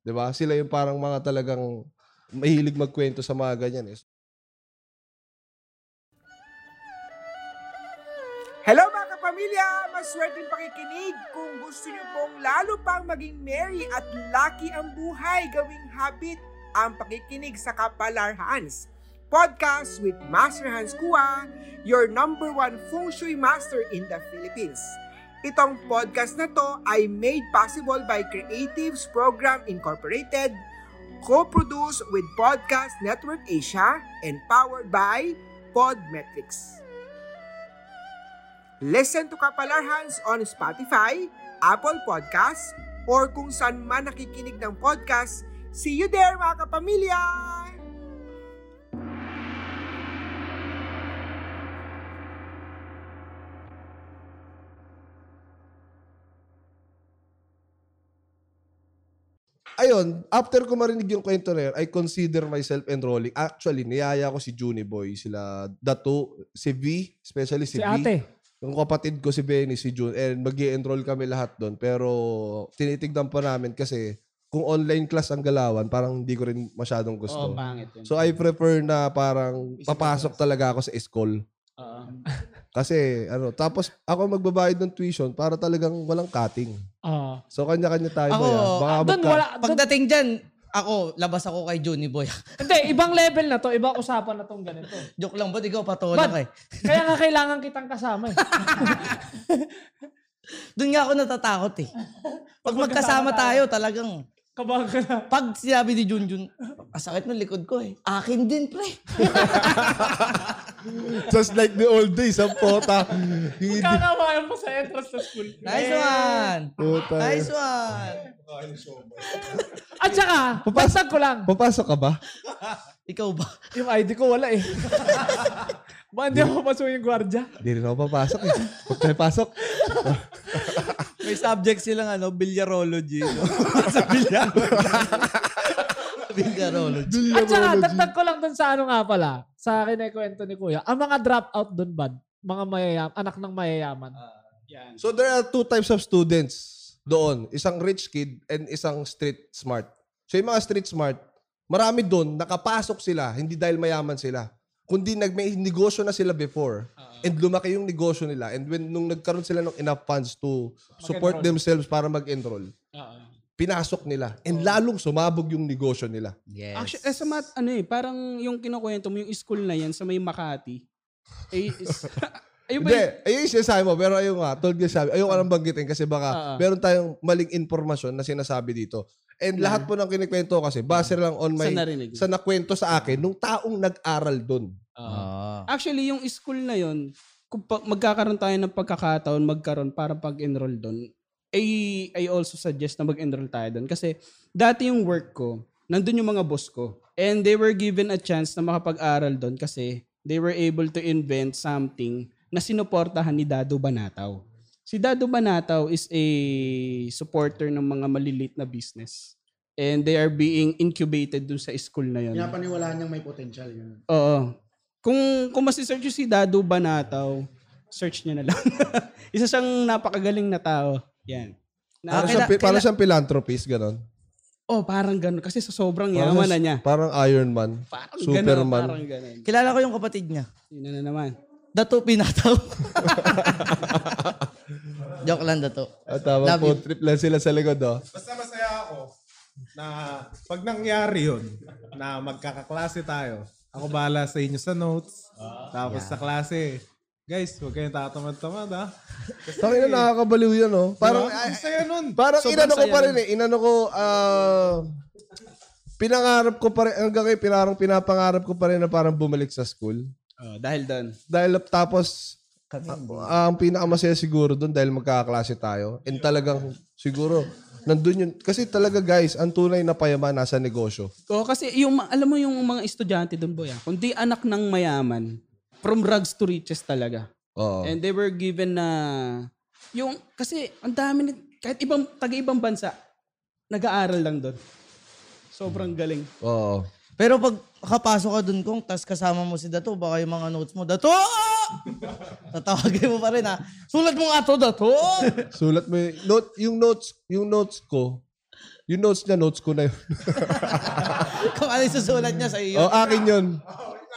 C: 'Di ba? Sila yung parang mga talagang mahilig magkwento sa mga ganyan eh.
I: Hello mga kapamilya! Maswerteng pakikinig! Kung gusto niyo pong lalo pang maging merry at lucky ang buhay, gawing habit ang pakikinig sa Kapalar Hans. Podcast with Master Hans Kua, your number one feng shui master in the Philippines. Itong podcast na to ay made possible by Creatives Program Incorporated, co-produced with Podcast Network Asia, and powered by Podmetrics. Listen to Kapalarhans on Spotify, Apple Podcasts, or kung saan man nakikinig ng podcast. See you there mga kapamilya!
C: Ayun, after ko marinig yung kwento na yun, I consider myself enrolling. Actually, niyaya ko si Juniboy, sila Dato, si V, especially si,
E: Si
C: V.
E: ate.
C: Yung kapatid ko si Benny, si June, and mag enroll kami lahat doon. Pero tinitignan pa namin kasi kung online class ang galawan, parang hindi ko rin masyadong
F: Oo,
C: gusto.
F: pangit yun.
C: so I prefer na parang papasok talaga ako sa school.
F: Oo.
C: *laughs* Kasi ano, tapos ako magbabayad ng tuition para talagang walang cutting.
E: Ah.
C: So kanya-kanya tayo
D: Ako,
C: yan. Baka
E: Ah, doon
C: magka-
E: wala. Doon,
D: Pagdating dyan, ako, labas ako kay Juni Boy. *laughs*
E: hindi, ibang level na to. Ibang usapan na tong ganito.
D: Joke lang, ba't ikaw
E: Bad.
D: patulak eh?
E: Kaya nga kailangan kitang kasama eh.
D: Doon nga ako natatakot eh. Pag magkasama tayo, talagang
E: Kabang ka na.
D: Pag sinabi ni Junjun, masakit ng likod ko eh. Akin din, pre.
C: Just like the old days, ang pota. Hindi.
E: Kakawayan pa sa entrance sa school.
D: Nice one!
C: Puta.
D: Nice one!
E: At saka, pasag ko lang.
C: Papasok ka ba?
D: Ikaw ba?
E: Yung ID ko wala *laughs* eh. Ba, hindi ako pasok yung gwardya.
C: Hindi rin ako papasok eh. Huwag tayo pasok.
F: May subject silang ano,
A: *laughs*
F: bilyarology. No? Sa bilyar.
D: Bingarology.
E: At saka, dagdag ko lang dun sa ano nga pala, sa akin na kwento ni Kuya, ang mga dropout dun, bad, mga mayayam, anak ng mayayaman.
C: Ah. So there are two types of students doon. Isang rich kid and isang street smart. So yung mga street smart, marami doon, nakapasok sila, hindi dahil mayaman sila. Kundi nag, may negosyo na sila before. And lumaki yung negosyo nila. And when nung nagkaroon sila ng enough funds to support themselves para mag-enroll, pinasok nila. And lalong sumabog yung negosyo nila.
D: Yes.
F: Actually, eh, sa mat, ano eh, parang yung kinukwento mo, yung school na yan sa may Makati. Eh, is- *laughs* ayun ba
C: Hindi,
F: yun?
C: ayun yung sinasabi mo, pero ayun nga, tulad yung sabi, ayun ka nang banggitin kasi
F: Ah,
C: baka
F: ah.
C: meron tayong maling informasyon na sinasabi dito. And lahat po ng kinikwento ko kasi, base lang on my,
F: Mm. Sa narinig.
C: sa nakwento sa akin, nung taong nag-aral doon.
D: Ah.
F: Actually, yung school na yon, kung pa- magkakaroon tayo ng pagkakataon magkaroon para pag-enroll doon, I, I also suggest na mag-enroll tayo doon. Kasi dati yung work ko, nandun yung mga boss ko. And they were given a chance na makapag-aral doon kasi they were able to invent something na sinuportahan ni Dado Banataw. Si Dado Banataw is a supporter ng mga malilit na business. And they are being incubated doon sa school na yon.
A: Pinapaniwalaan niyang may potential. Yun.
F: Oo. Kung, kung masisearch nyo si Dado Banataw, search nyo na lang. *laughs* Isa siyang napakagaling na tao. Yan. Na,
C: Parang
F: kaila-
C: siyang, pi- parang
F: kaila-
C: siyang philanthropist, ganon.
F: oh, parang ganun. Kasi sa sobrang
C: Parang
F: yaman
C: siyang-
F: na niya.
C: Parang Iron Man.
F: Parang ganun.
C: Superman.
F: Parang ganun.
D: Kilala ko yung kapatid niya.
F: Yun na naman.
D: Dato Pinataw. *laughs* Joke lang, Dato.
C: At tama
D: Love
C: po,
D: you.
C: trip lang sila sa likod, oh.
J: Basta masaya ako na Ah, pag nangyari yun, na magkakaklase tayo, ako bahala sa inyo sa notes,
F: Ah.
J: tapos sa klase, guys, huwag kayong tatamad-tamad ah. ha.
C: Tangina, nakakabaliw yan, oh. Parang,
J: Diba? Ang saya nun.
C: Parang
F: Sobrang
C: inano ko
F: saya
C: pa rin eh. Inano ko, ah, pinangarap ko pa rin, hanggang ngayon, pinarang pinapangarap ko pa rin na parang bumalik sa school.
F: Oh, dahil doon.
C: Dahil tapos, ah, ang pinakamasaya siguro doon dahil magkakaklase tayo. And talagang siguro, nandun yun. Kasi talaga guys, ang tunay na payaman nasa negosyo.
F: Oh, kasi yung, ma- alam mo yung mga estudyante doon, boy, ah, kundi anak ng mayaman, from rags to riches talaga.
C: Oo.
F: And they were given na yung kasi ang dami ni- kahit ibang taga-ibang bansa nag-aaral lang doon. Sobrang galing.
C: Oo.
D: Pero pag kapasok ka dun kung tas kasama mo si Dato, baka yung mga notes mo, Dato! Tatawagin mo pa rin ha. Sulat mo nga to, Dato! *laughs*
C: Sulat mo yung, note, yung notes, yung notes ko, yung notes niya, notes ko na yun. *laughs*
D: Kung ano yung susulat niya sa iyo.
C: oh, akin yun.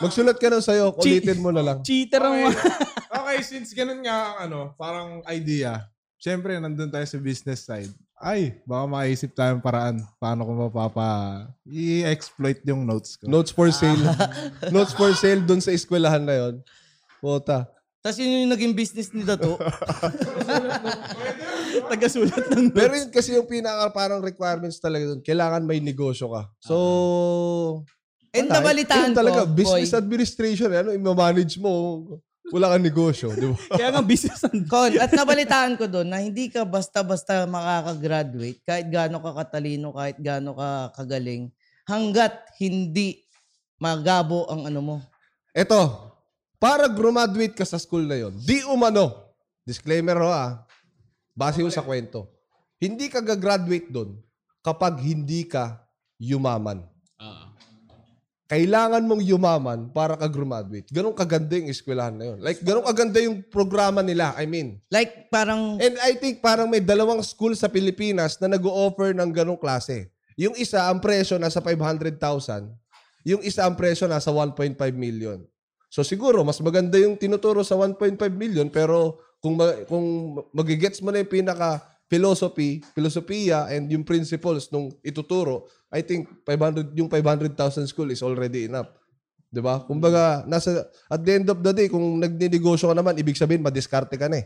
C: Magsulat ka na sa'yo, ulitin mo na lang.
F: Cheater ang mga... *laughs*
J: Okay, since ganun nga ang ano, parang idea, syempre nandun tayo sa business side. Ay, baka maisip tayong paraan paano ko mapapa i-exploit yung notes ko. Ah.
C: Notes for sale. *laughs* Notes for sale dun sa eskwelahan na yon. Puta.
D: Tapos yun yung naging business ni Dato.
F: Taga-sulat ng
C: Pero yun kasi yung pinaka parang requirements talaga dun. Kailangan may negosyo ka. So,
D: And
C: wala eh.
D: nabalitaan
C: Yun talaga,
D: ko,
C: business
D: boy.
C: administration. eh. Ano, i-manage mo. Wala kang negosyo. Di ba?
F: Kaya nga business ang...
D: Kon, at nabalitaan ko doon na hindi ka basta-basta makakagraduate kahit gaano ka katalino, kahit gaano ka kagaling, hanggat hindi magabo ang ano mo.
C: Eto, para graduate ka sa school na yon, di umano. Disclaimer ho ah. Base ho sa kwento. Hindi ka gagraduate doon kapag hindi ka yumaman. Kailangan mong yumaman para ka graduate. Ganun kaganda yung eskwelahan na yun. Like, ganun kaganda yung programa nila. I mean,
D: Like parang
C: And I think parang may dalawang school sa Pilipinas na nag-o-offer ng ganong klase. Yung isa, ang presyo nasa 500,000. Yung isa, ang presyo nasa 1.5 million. So siguro, mas maganda yung tinuturo sa 1.5 million pero kung ma- kung magigets mo na yung pinaka philosophy, filosofiya and yung principles nung ituturo, I think 500 yung 500,000 school is already enough. 'Di ba? Kumbaga, nasa at the end of the day kung nagninegosyo ka naman, ibig sabihin madiskarte ka na eh.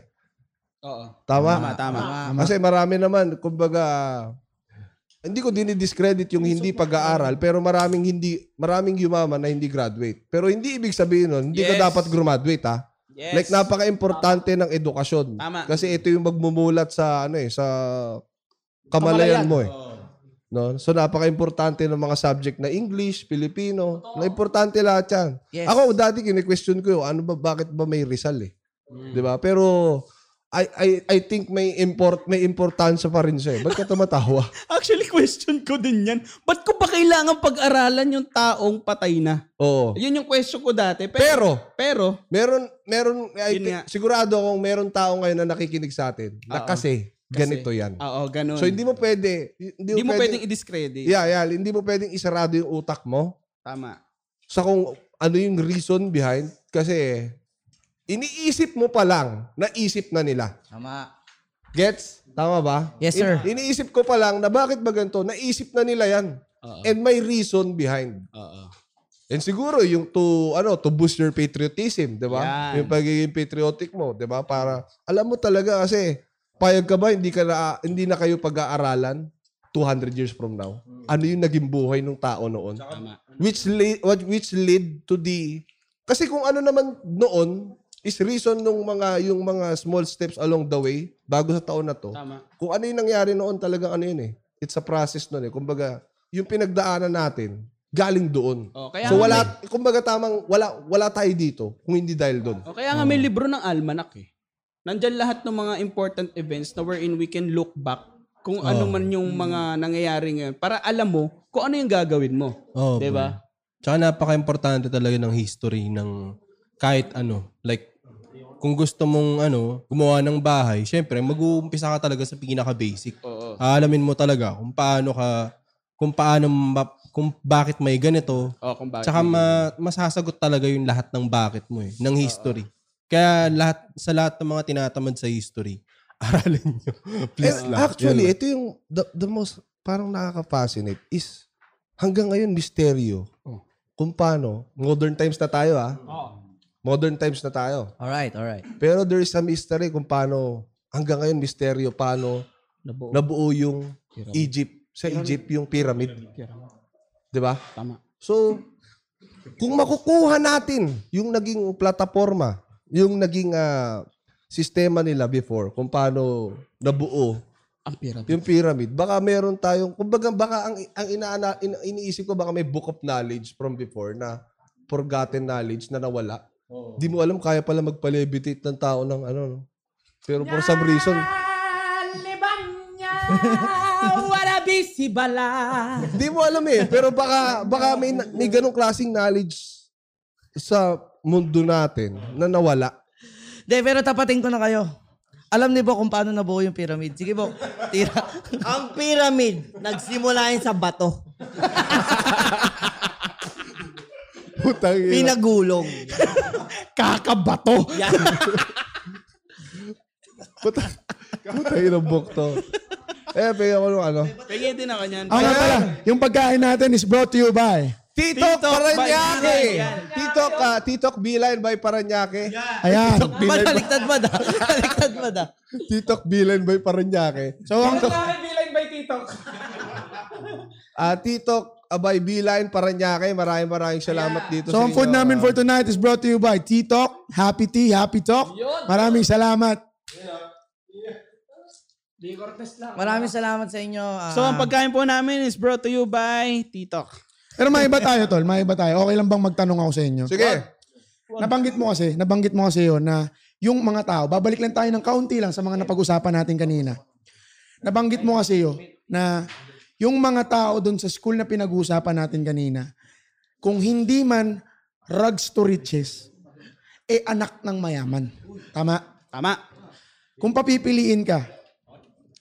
F: Oo. Tama,
C: Tama?
F: tama.
C: Kasi marami naman, kumbaga, hindi ko dinidiscredit yung hindi pag-aaral pero maraming hindi maraming yumaman na hindi graduate. Pero hindi ibig sabihin nun, hindi ka
K: Yes.
C: dapat graduate ha.
K: Yes.
C: Like napaka-importante ng edukasyon.
K: Tama.
C: Kasi ito yung magmumulat sa ano eh sa
E: Kamalayan.
C: kamalayan, mo eh. No? So napaka-importante ng mga subject na English, Filipino. Na importante lahat 'yan.
D: Yes.
C: Ako dati kini-question ko yung ano ba bakit ba may Rizal eh. 'Di ba? Pero I I I think may import may importansya pa rin siya. eh. Ba't ka tumatawa?
F: Actually, question ko din yan. Ba't ko ba kailangan pag-aralan yung taong patay na?
C: *laughs* Oo.
F: Yun yung question ko dati. Pero,
C: Pero
F: pero,
C: Oh. meron meron I
F: Yun
C: think-
F: nga.
C: sigurado akong meron tao ngayon na nakikinig sa atin na
F: Oo.
C: kasi, ganito 'yan.
F: oo, ganun.
C: So hindi mo pwede hindi mo,
F: Hindi mo
C: pwedeng,
F: pwedeng i-discredit.
C: yeah, yeah, hindi mo pwedeng isarado yung utak mo
F: Tama.
C: sa kung ano yung reason behind kasi iniisip mo pa lang naisip na nila.
D: Tama.
C: Gets? Tama ba?
D: Yes, sir.
C: In- iniisip ko pa lang na bakit ba ganito? Naisip na nila 'yan.
F: Oo.
C: And may reason behind.
F: Oo.
C: And siguro yung to ano to boost your patriotism, 'di ba?
F: Yan.
C: Yung pagiging patriotic mo, 'di ba? Para alam mo talaga kasi payag ka ba hindi ka na, hindi na kayo pag-aaralan 200 years from now. Ano yung naging buhay ng tao noon?
F: Tama.
C: Which lead which lead to the Kasi kung ano naman noon is reason nung mga yung mga small steps along the way bago sa taon na to.
F: Tama.
C: Kung ano yung nangyari noon talaga ano yun eh. It's a process noon eh. Kumbaga, yung pinagdaanan natin galing doon
F: Oh, kaya
C: so
F: nga
C: wala
F: may-
C: kumbaga tamang wala wala tayo dito kung hindi dahil doon.
F: oh, kaya nga may libro ng almanac eh. Nandyan lahat ng mga important events na wherein we can look back kung
C: Oh.
F: ano man yung mga nangyayari ngayon para alam mo kung ano yung gagawin mo.
G: Oh,
F: 'Di ba?
G: Tsaka napaka-importante talaga ng history ng kahit ano. Like, kung gusto mong ano, gumawa ng bahay, syempre, mag-uumpisa ka talaga sa pinaka-basic.
F: Oo.
G: Aalamin mo talaga kung paano ka, kung paano, ma- kung bakit may ganito.
F: Oh, kung bakit.
G: Tsaka ma- masasagot talaga yung lahat ng bakit mo eh, ng history. Kaya lahat, sa lahat ng mga tinatamad sa history, *laughs* aralin nyo.
A: Eh,
G: Please
C: And
G: lang.
C: Eh, actually,
G: Yun lang.
C: ito yung the, the most parang nakaka-fascinate is hanggang ngayon misteryo
F: Oh.
C: kung paano modern times na tayo ah. Modern times na tayo.
D: Alright, alright.
C: Pero there is a mystery kung paano hanggang ngayon misteryo paano
F: Nabuo.
C: nabuo yung Egypt sa Egypt yung pyramid. 'Di ba?
F: Tama.
C: So, kung makukuha natin yung naging plataforma, yung naging ah, sistema nila before, kung paano nabuo
F: Ang pyramid.
C: yung pyramid, baka meron tayong, kumbaga baka ang, ang inaana, in- iniisip ko, baka may book of knowledge from before na forgotten knowledge na nawala. Di mo alam, kaya pala magpa-levitate ng tao ng ano, no? Pero for some reason, *laughs* Hindi mo alam eh. Pero baka, baka may, may ganong klaseng knowledge sa mundo natin na nawala.
D: De, pero tapating ko na kayo. Alam ni Bok kung paano nabuo yung pyramid. Sige,
C: *laughs*
D: Bok. Tira.
L: Ang pyramid, nagsimula yan sa bato.
C: Putang ina.
L: Pinagulong.
F: Kakabato!
C: Putang, putang ina book to. Eh, pigyan ko nung ano.
F: Pwede din ako niyan.
A: Ang nga pala, yung pagkain natin is brought to you by...
C: Titok Paranaque!
F: Paranaque. Yan.
C: Titok, ah, Titok Bilan by Paranaque.
A: Ayan.
D: *laughs* Baliktad ba da? Baliktad ba da?
C: Titok Bilan by Paranaque. eh. So, ang...
E: bilang by TikTok.
C: *laughs* ah, Titok ah, by Bilan Paranaque. eh. Maraming maraming salamat dito
A: So,
C: sa
A: ang food
C: inyo.
A: namin for tonight is brought to you by Tea Talk, Happy Tea, Happy Talk. Maraming salamat.
D: Maraming salamat sa inyo. ah.
F: So, ang pagkain po namin is brought to you by Titok.
A: Pero may iba tayo, tol. May iba tayo. Okay lang bang magtanong ako sa inyo?
C: Sige.
A: Nabanggit mo kasi, nabanggit mo kasi yun na yung mga tao, babalik lang tayo ng kaunti lang sa mga napag-usapan natin kanina. Nabanggit mo kasi yun na yung mga tao doon sa school na pinag-uusapan natin kanina, kung hindi man rags to riches, eh anak ng mayaman. Tama?
F: Tama.
A: Kung papipiliin ka,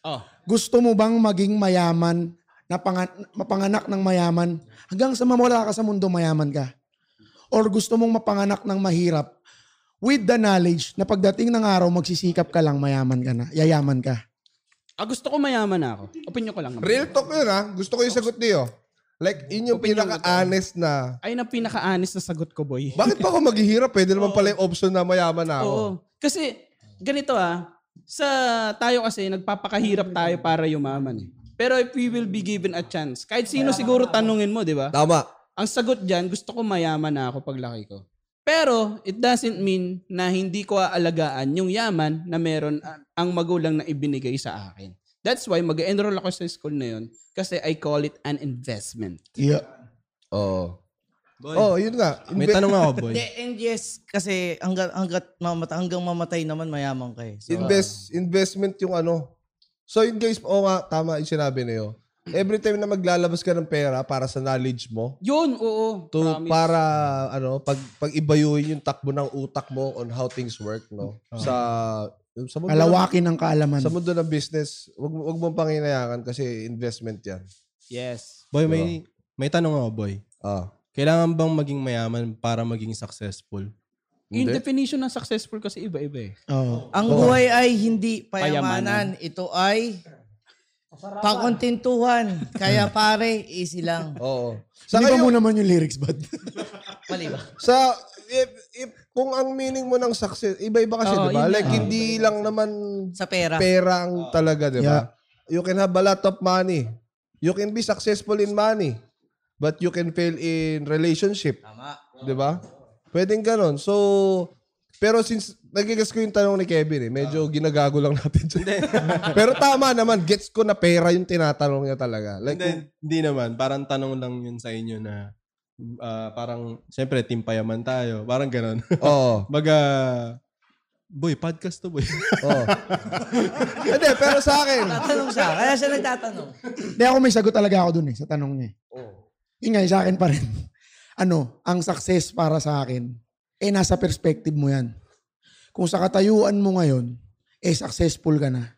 F: Oh.
A: gusto mo bang maging mayaman, na pangan- mapanganak ng mayaman, hanggang sa mamula ka sa mundo mayaman ka? Or gusto mong mapanganak ng mahirap with the knowledge na pagdating ng araw, magsisikap ka lang, mayaman ka na, yayaman ka.
F: Ah, gusto ko mayaman na ako. Opinyon ko lang. naman.
C: Real talk yun ha. Gusto ko yung sagot niyo. Like, yun yung pinaka-honest na
F: Ayun ang pinaka-honest na sagot ko, boy.
C: Bakit pa ako maghihirap? Pwede naman pala yung option na mayaman na
F: *laughs*
C: ako.
F: Oo. Kasi, ganito ah, sa tayo kasi, nagpapakahirap tayo para yumaman eh. Pero if we will be given a chance, kahit sino siguro tanungin mo, di ba?
C: Tama.
F: Ang sagot dyan, gusto ko mayaman na ako paglaki ko. Pero it doesn't mean na hindi ko aalagaan yung yaman na meron a- ang magulang na ibinigay sa akin. That's why mag-enroll ako sa school na yun kasi I call it an investment.
A: Yeah.
C: Oo.
G: Boy,
C: Oh, yun nga.
G: may tanong ako, boy.
D: Hindi, and yes, kasi hanggang, hanggat mamata, hanggang mamatay naman mayaman kayo. So,
C: Invest, investment yung ano. So yun guys, oo nga, tama yung sinabi niyo. Every time na maglalabas ka ng pera para sa knowledge mo,
F: Yun, oo.
C: to
F: promise.
C: para ano, pag pag ibayuhin yung takbo ng utak mo on how things work, no? Sa sa mundo,
A: Alawakin ng
C: ng,
A: kaalaman.
C: sa mundo ng business, wag mo- wag mong panginayakan kasi investment 'yan.
F: Yes.
G: Boy, may, may tanong ako, boy.
C: Ah.
G: Kailangan bang maging mayaman para maging successful?
F: Yung
C: Hindi.
F: definition ng successful kasi iba-iba eh.
A: Oo.
D: ang buhay ay hindi payamanan. Ito ay pakontentuhan. Kaya pare, easy lang.
C: Oo. Sa
A: Hindi ba
C: kayo,
A: mo naman yung lyrics,
F: *laughs*
A: bud?
D: Mali ba?
C: sa if, if, kung ang meaning mo ng success, iba-iba kasi,
F: Oo,
C: 'di ba?
F: yun
C: Like
F: nga.
A: Ah.
C: hindi lang naman
D: Sa pera.
C: pera
D: Ah.
C: ang talaga, di ba? You can have a lot of money. You can be successful in money. But you can fail in relationship.
D: Tama.
C: Di ba? Pwedeng ganun. So, pero since nagigas ko yung tanong ni Kevin eh,
D: Ah.
C: medyo ginagago lang natin siya. *laughs* pero tama naman, gets ko na pera yung tinatanong niya talaga. Like,
G: Hindi, hindi naman. Parang tanong lang yun sa inyo na ah, parang, siyempre, team payaman tayo. Parang ganun.
C: oo.
G: *laughs* Baga, boy, podcast to, boy.
C: oo. Hindi, pero sa
D: *laughs*
C: akin,
D: Tatanong siya. Kaya siya nagtatanong.
A: Hindi ako may sagot talaga ako dun eh, sa tanong niya. Oo. Yun nga, eh, sa akin pa rin. *laughs* Ano, ang success para sa akin, eh nasa perspective mo yan. Kung sa katayuan mo ngayon, eh successful ka na.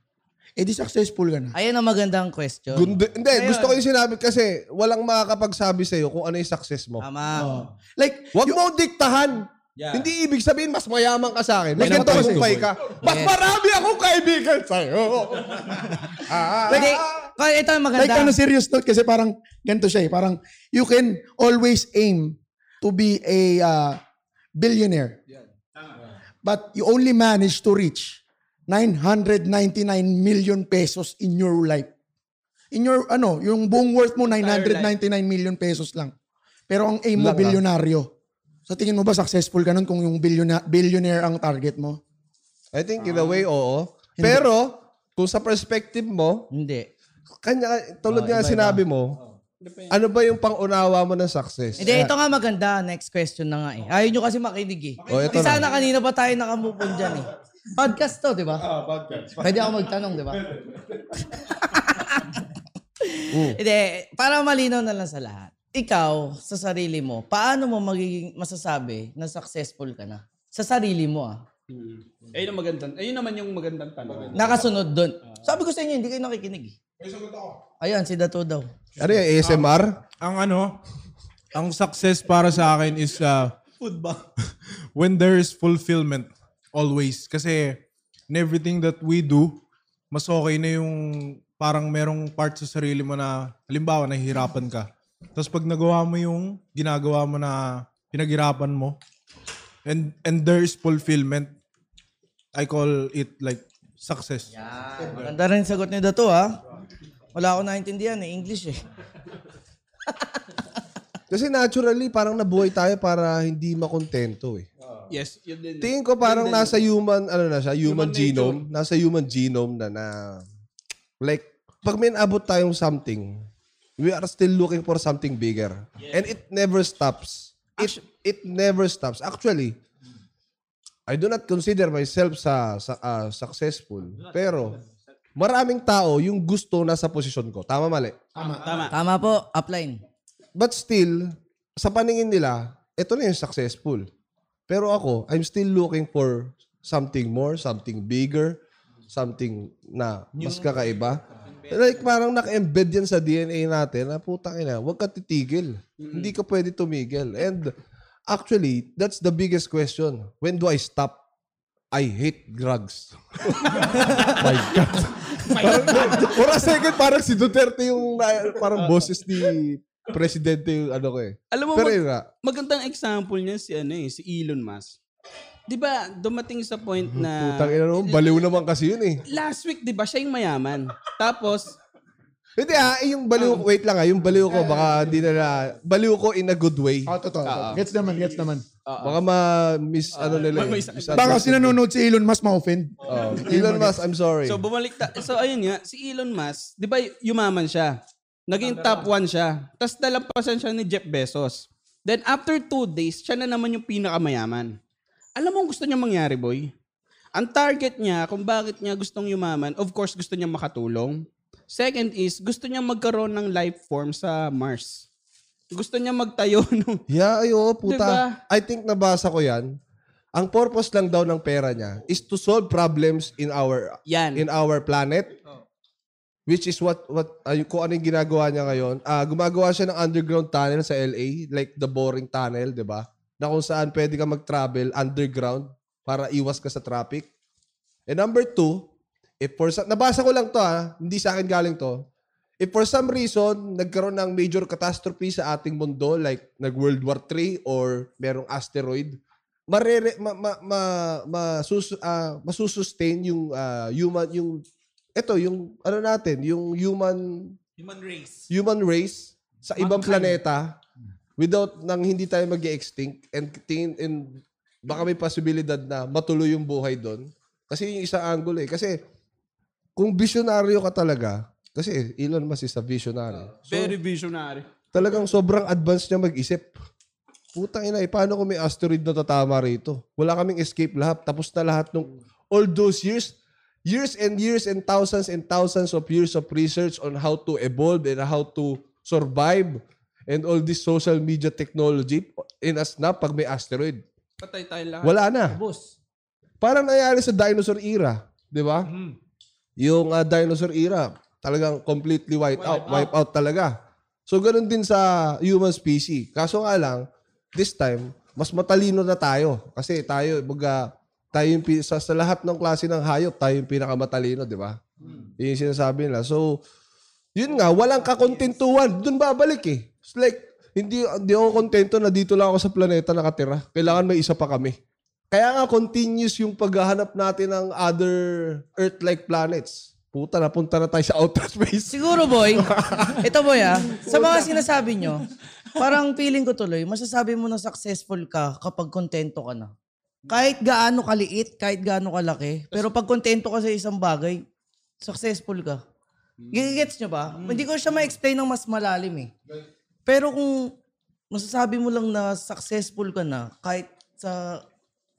A: Eh di successful ka na.
D: Ayan ang magandang question.
C: gundo, hindi, gusto ko yung sinabi kasi walang makakapagsabi sa'yo kung ano yung success mo.
D: Tama.
A: Like,
C: Huwag mo diktahan.
G: Yeah.
C: Hindi ibig sabihin mas mayaman ka sa akin. Mas
G: May eh.
C: ganito
G: namatay
C: kung
G: ko, boy.
C: ka. Mas
D: Yes.
C: marami akong kaibigan sa'yo. ah,
D: Hindi. Kaya ito ang
A: like ano
D: maganda.
A: on a serious note, kasi parang ganito siya eh. Parang you can always aim to be a uh, billionaire. But you only manage to reach 999 million pesos in your life. In your, ano, yung buong worth mo, 999 million pesos lang. Pero ang aim mo,
C: Lang, ah.
A: bilyonaryo. Sa tingin mo ba successful ka nun kung yung billionaire, billionaire ang target mo?
C: I think in a
G: Ah.
C: way, oo. Pero, kung sa perspective mo,
D: Hindi.
C: kanya, tulad
G: Ah,
C: nga sinabi mo,
G: Oh.
C: ano ba yung pangunawa mo ng success?
D: Hindi, ito nga maganda. Next question na nga eh. Ayaw nyo kasi makinig eh.
C: Oh, ito
D: Di
C: na.
D: sana kanina pa tayo nakamupon dyan eh. Podcast to, di ba? Oo, podcast. Pwede ako magtanong,
F: *laughs*
D: di ba?
F: Oh.
D: Hindi, para malinaw na lang sa lahat. Ikaw, sa sarili mo, paano mo magiging masasabi na successful ka na? Sa sarili mo ah.
F: Hmm. Ayun ang magandang, ayun naman yung magandang tanong.
D: Nakasunod doon. Sabi ko sa inyo, hindi kayo nakikinig eh. Ayan, si Dato daw.
C: Ano yung ASMR?
G: Ah.
J: Ang ano, ang success para sa akin is uh, football. *laughs* when there is fulfillment always kasi in everything that we do, mas okay na yung parang merong part sa sarili mo na halimbawa nahihirapan ka. Tapos pag nagawa mo yung ginagawa mo na pinaghirapan mo and and there is fulfillment, I call it like success.
D: Maganda rin sagot ni Dato ha. Wala akong naintindihan eh, English eh.
C: Kasi naturally, parang nabuhay tayo para hindi makontento eh.
F: Yes, yun din.
C: Tingin ko parang nasa human, ano na siya, human, genome. Nasa human genome na na, like, pag may abot tayong something, we are still looking for something bigger. And it never stops. It, it never stops. Actually, I do not consider myself sa, sa ah, successful. Pero, maraming tao yung gusto nasa posisyon ko. Tama mali.
D: Tama po, upline.
C: But still, sa paningin nila, ito na yung successful. Pero ako, I'm still looking for something more, something bigger, something na mas kakaiba. Like parang naka-embed yan sa DNA natin na putang ina, huwag ka titigil. Hindi ka pwede tumigil. And actually, that's the biggest question. When do I stop? I hate drugs. *laughs* My God. parang, for a second, parang si Duterte yung na- parang boses ni Presidente yung ano ko eh.
F: Alam mo,
C: Pero
F: mag-
C: yun nga,
F: magandang example niya si ano eh, si Elon Musk. 'Di ba, dumating sa point
C: Mhm.
F: na
C: putang ina naman, baliw naman kasi yun eh.
F: last week 'di ba siya yung mayaman. Tapos
C: Hindi ah, eh, yung baliw wait lang ah, yung baliw ko baka hindi na, na baliw ko in a good way.
F: Ah,
A: Oh, totoo. Gets naman, gets naman.
C: Baka ma-miss ano nila.
F: Ah, may-
C: eh,
F: may-
C: misunderstand.
A: Baka sinanonood si Elon Musk ma-offend.
C: Oh, Elon Musk, I'm sorry.
F: So bumalik ta- so ayun nga si Elon Musk, 'di ba yumaman siya. Naging top 1 siya. Tapos dalampasan siya ni Jeff Bezos. Then after two days, siya na naman yung pinakamayaman. Alam mo ang gusto niya mangyari, boy? Ang target niya, kung bakit niya gustong yumaman, of course gusto niya makatulong. Second is, gusto niya magkaroon ng life form sa Mars. Gusto niya magtayo *laughs* ng...
C: Yeah, ayo, puta.
F: Diba?
C: I think nabasa ko 'yan. Ang purpose lang daw ng pera niya is to solve problems in our
F: Yan.
C: in our planet. Which is what what ay, kung ano yung ginagawa niya ngayon. Ah, gumagawa siya ng underground tunnel sa LA, like the boring tunnel, 'di ba? Na kung saan pwede ka mag-travel underground para iwas ka sa traffic. And number two, if for some, nabasa ko lang to ha, hindi sa akin galing to. If for some reason, nagkaroon ng major catastrophe sa ating mundo, like nag-World War III or merong asteroid, marere, ma, ma, ma, masus, ah, masusustain yung ah, human, yung, eto, yung, ano natin, yung human,
H: Human race.
C: human race sa ibang planeta without nang hindi tayo mag extinct and tingin and baka may posibilidad na matuloy yung buhay doon. Kasi yung isang angle eh. Kasi kung visionaryo ka talaga, kasi Elon Musk is a visionary.
H: Ah.
F: Very visionary.
C: Talagang sobrang advanced niya mag-isip. Putang ina, eh, paano kung may asteroid na tatama rito? Wala kaming escape lahat. Tapos na lahat nung all those years, years and years and thousands and thousands of years of research on how to evolve and how to survive and all this social media technology in a snap pag may asteroid.
F: Patay tayo lahat.
C: Wala na.
E: Boss.
C: Parang nangyari sa dinosaur era, di ba?
F: Hmm.
C: Yung ah, dinosaur era, talagang completely wiped out, wipe out talaga. So ganun din sa human species. Kaso nga lang, this time, mas matalino na tayo. Kasi tayo, baga, tayo yung, pi- sa, sa lahat ng klase ng hayop, tayo yung pinakamatalino, di ba? Yun yung sinasabi nila. So, yun nga, walang kakontentuhan. Doon babalik eh. It's like, hindi, hindi ako kontento na dito lang ako sa planeta nakatira. Kailangan may isa pa kami. Kaya nga continuous yung paghahanap natin ng other Earth-like planets. Puta, napunta na tayo sa outer *laughs* space.
D: Siguro, boy, *laughs* ito boy ah, sa mga sinasabi nyo, parang feeling ko tuloy, masasabi mo na successful ka kapag kontento ka na. Kahit gaano kaliit, kahit gaano kalaki, pero pag kontento ka sa isang bagay, successful ka.
H: Hmm.
D: Gigigets nyo ba? Hindi ko siya ma-explain ng mas malalim eh. Pero kung masasabi mo lang na successful ka na, kahit sa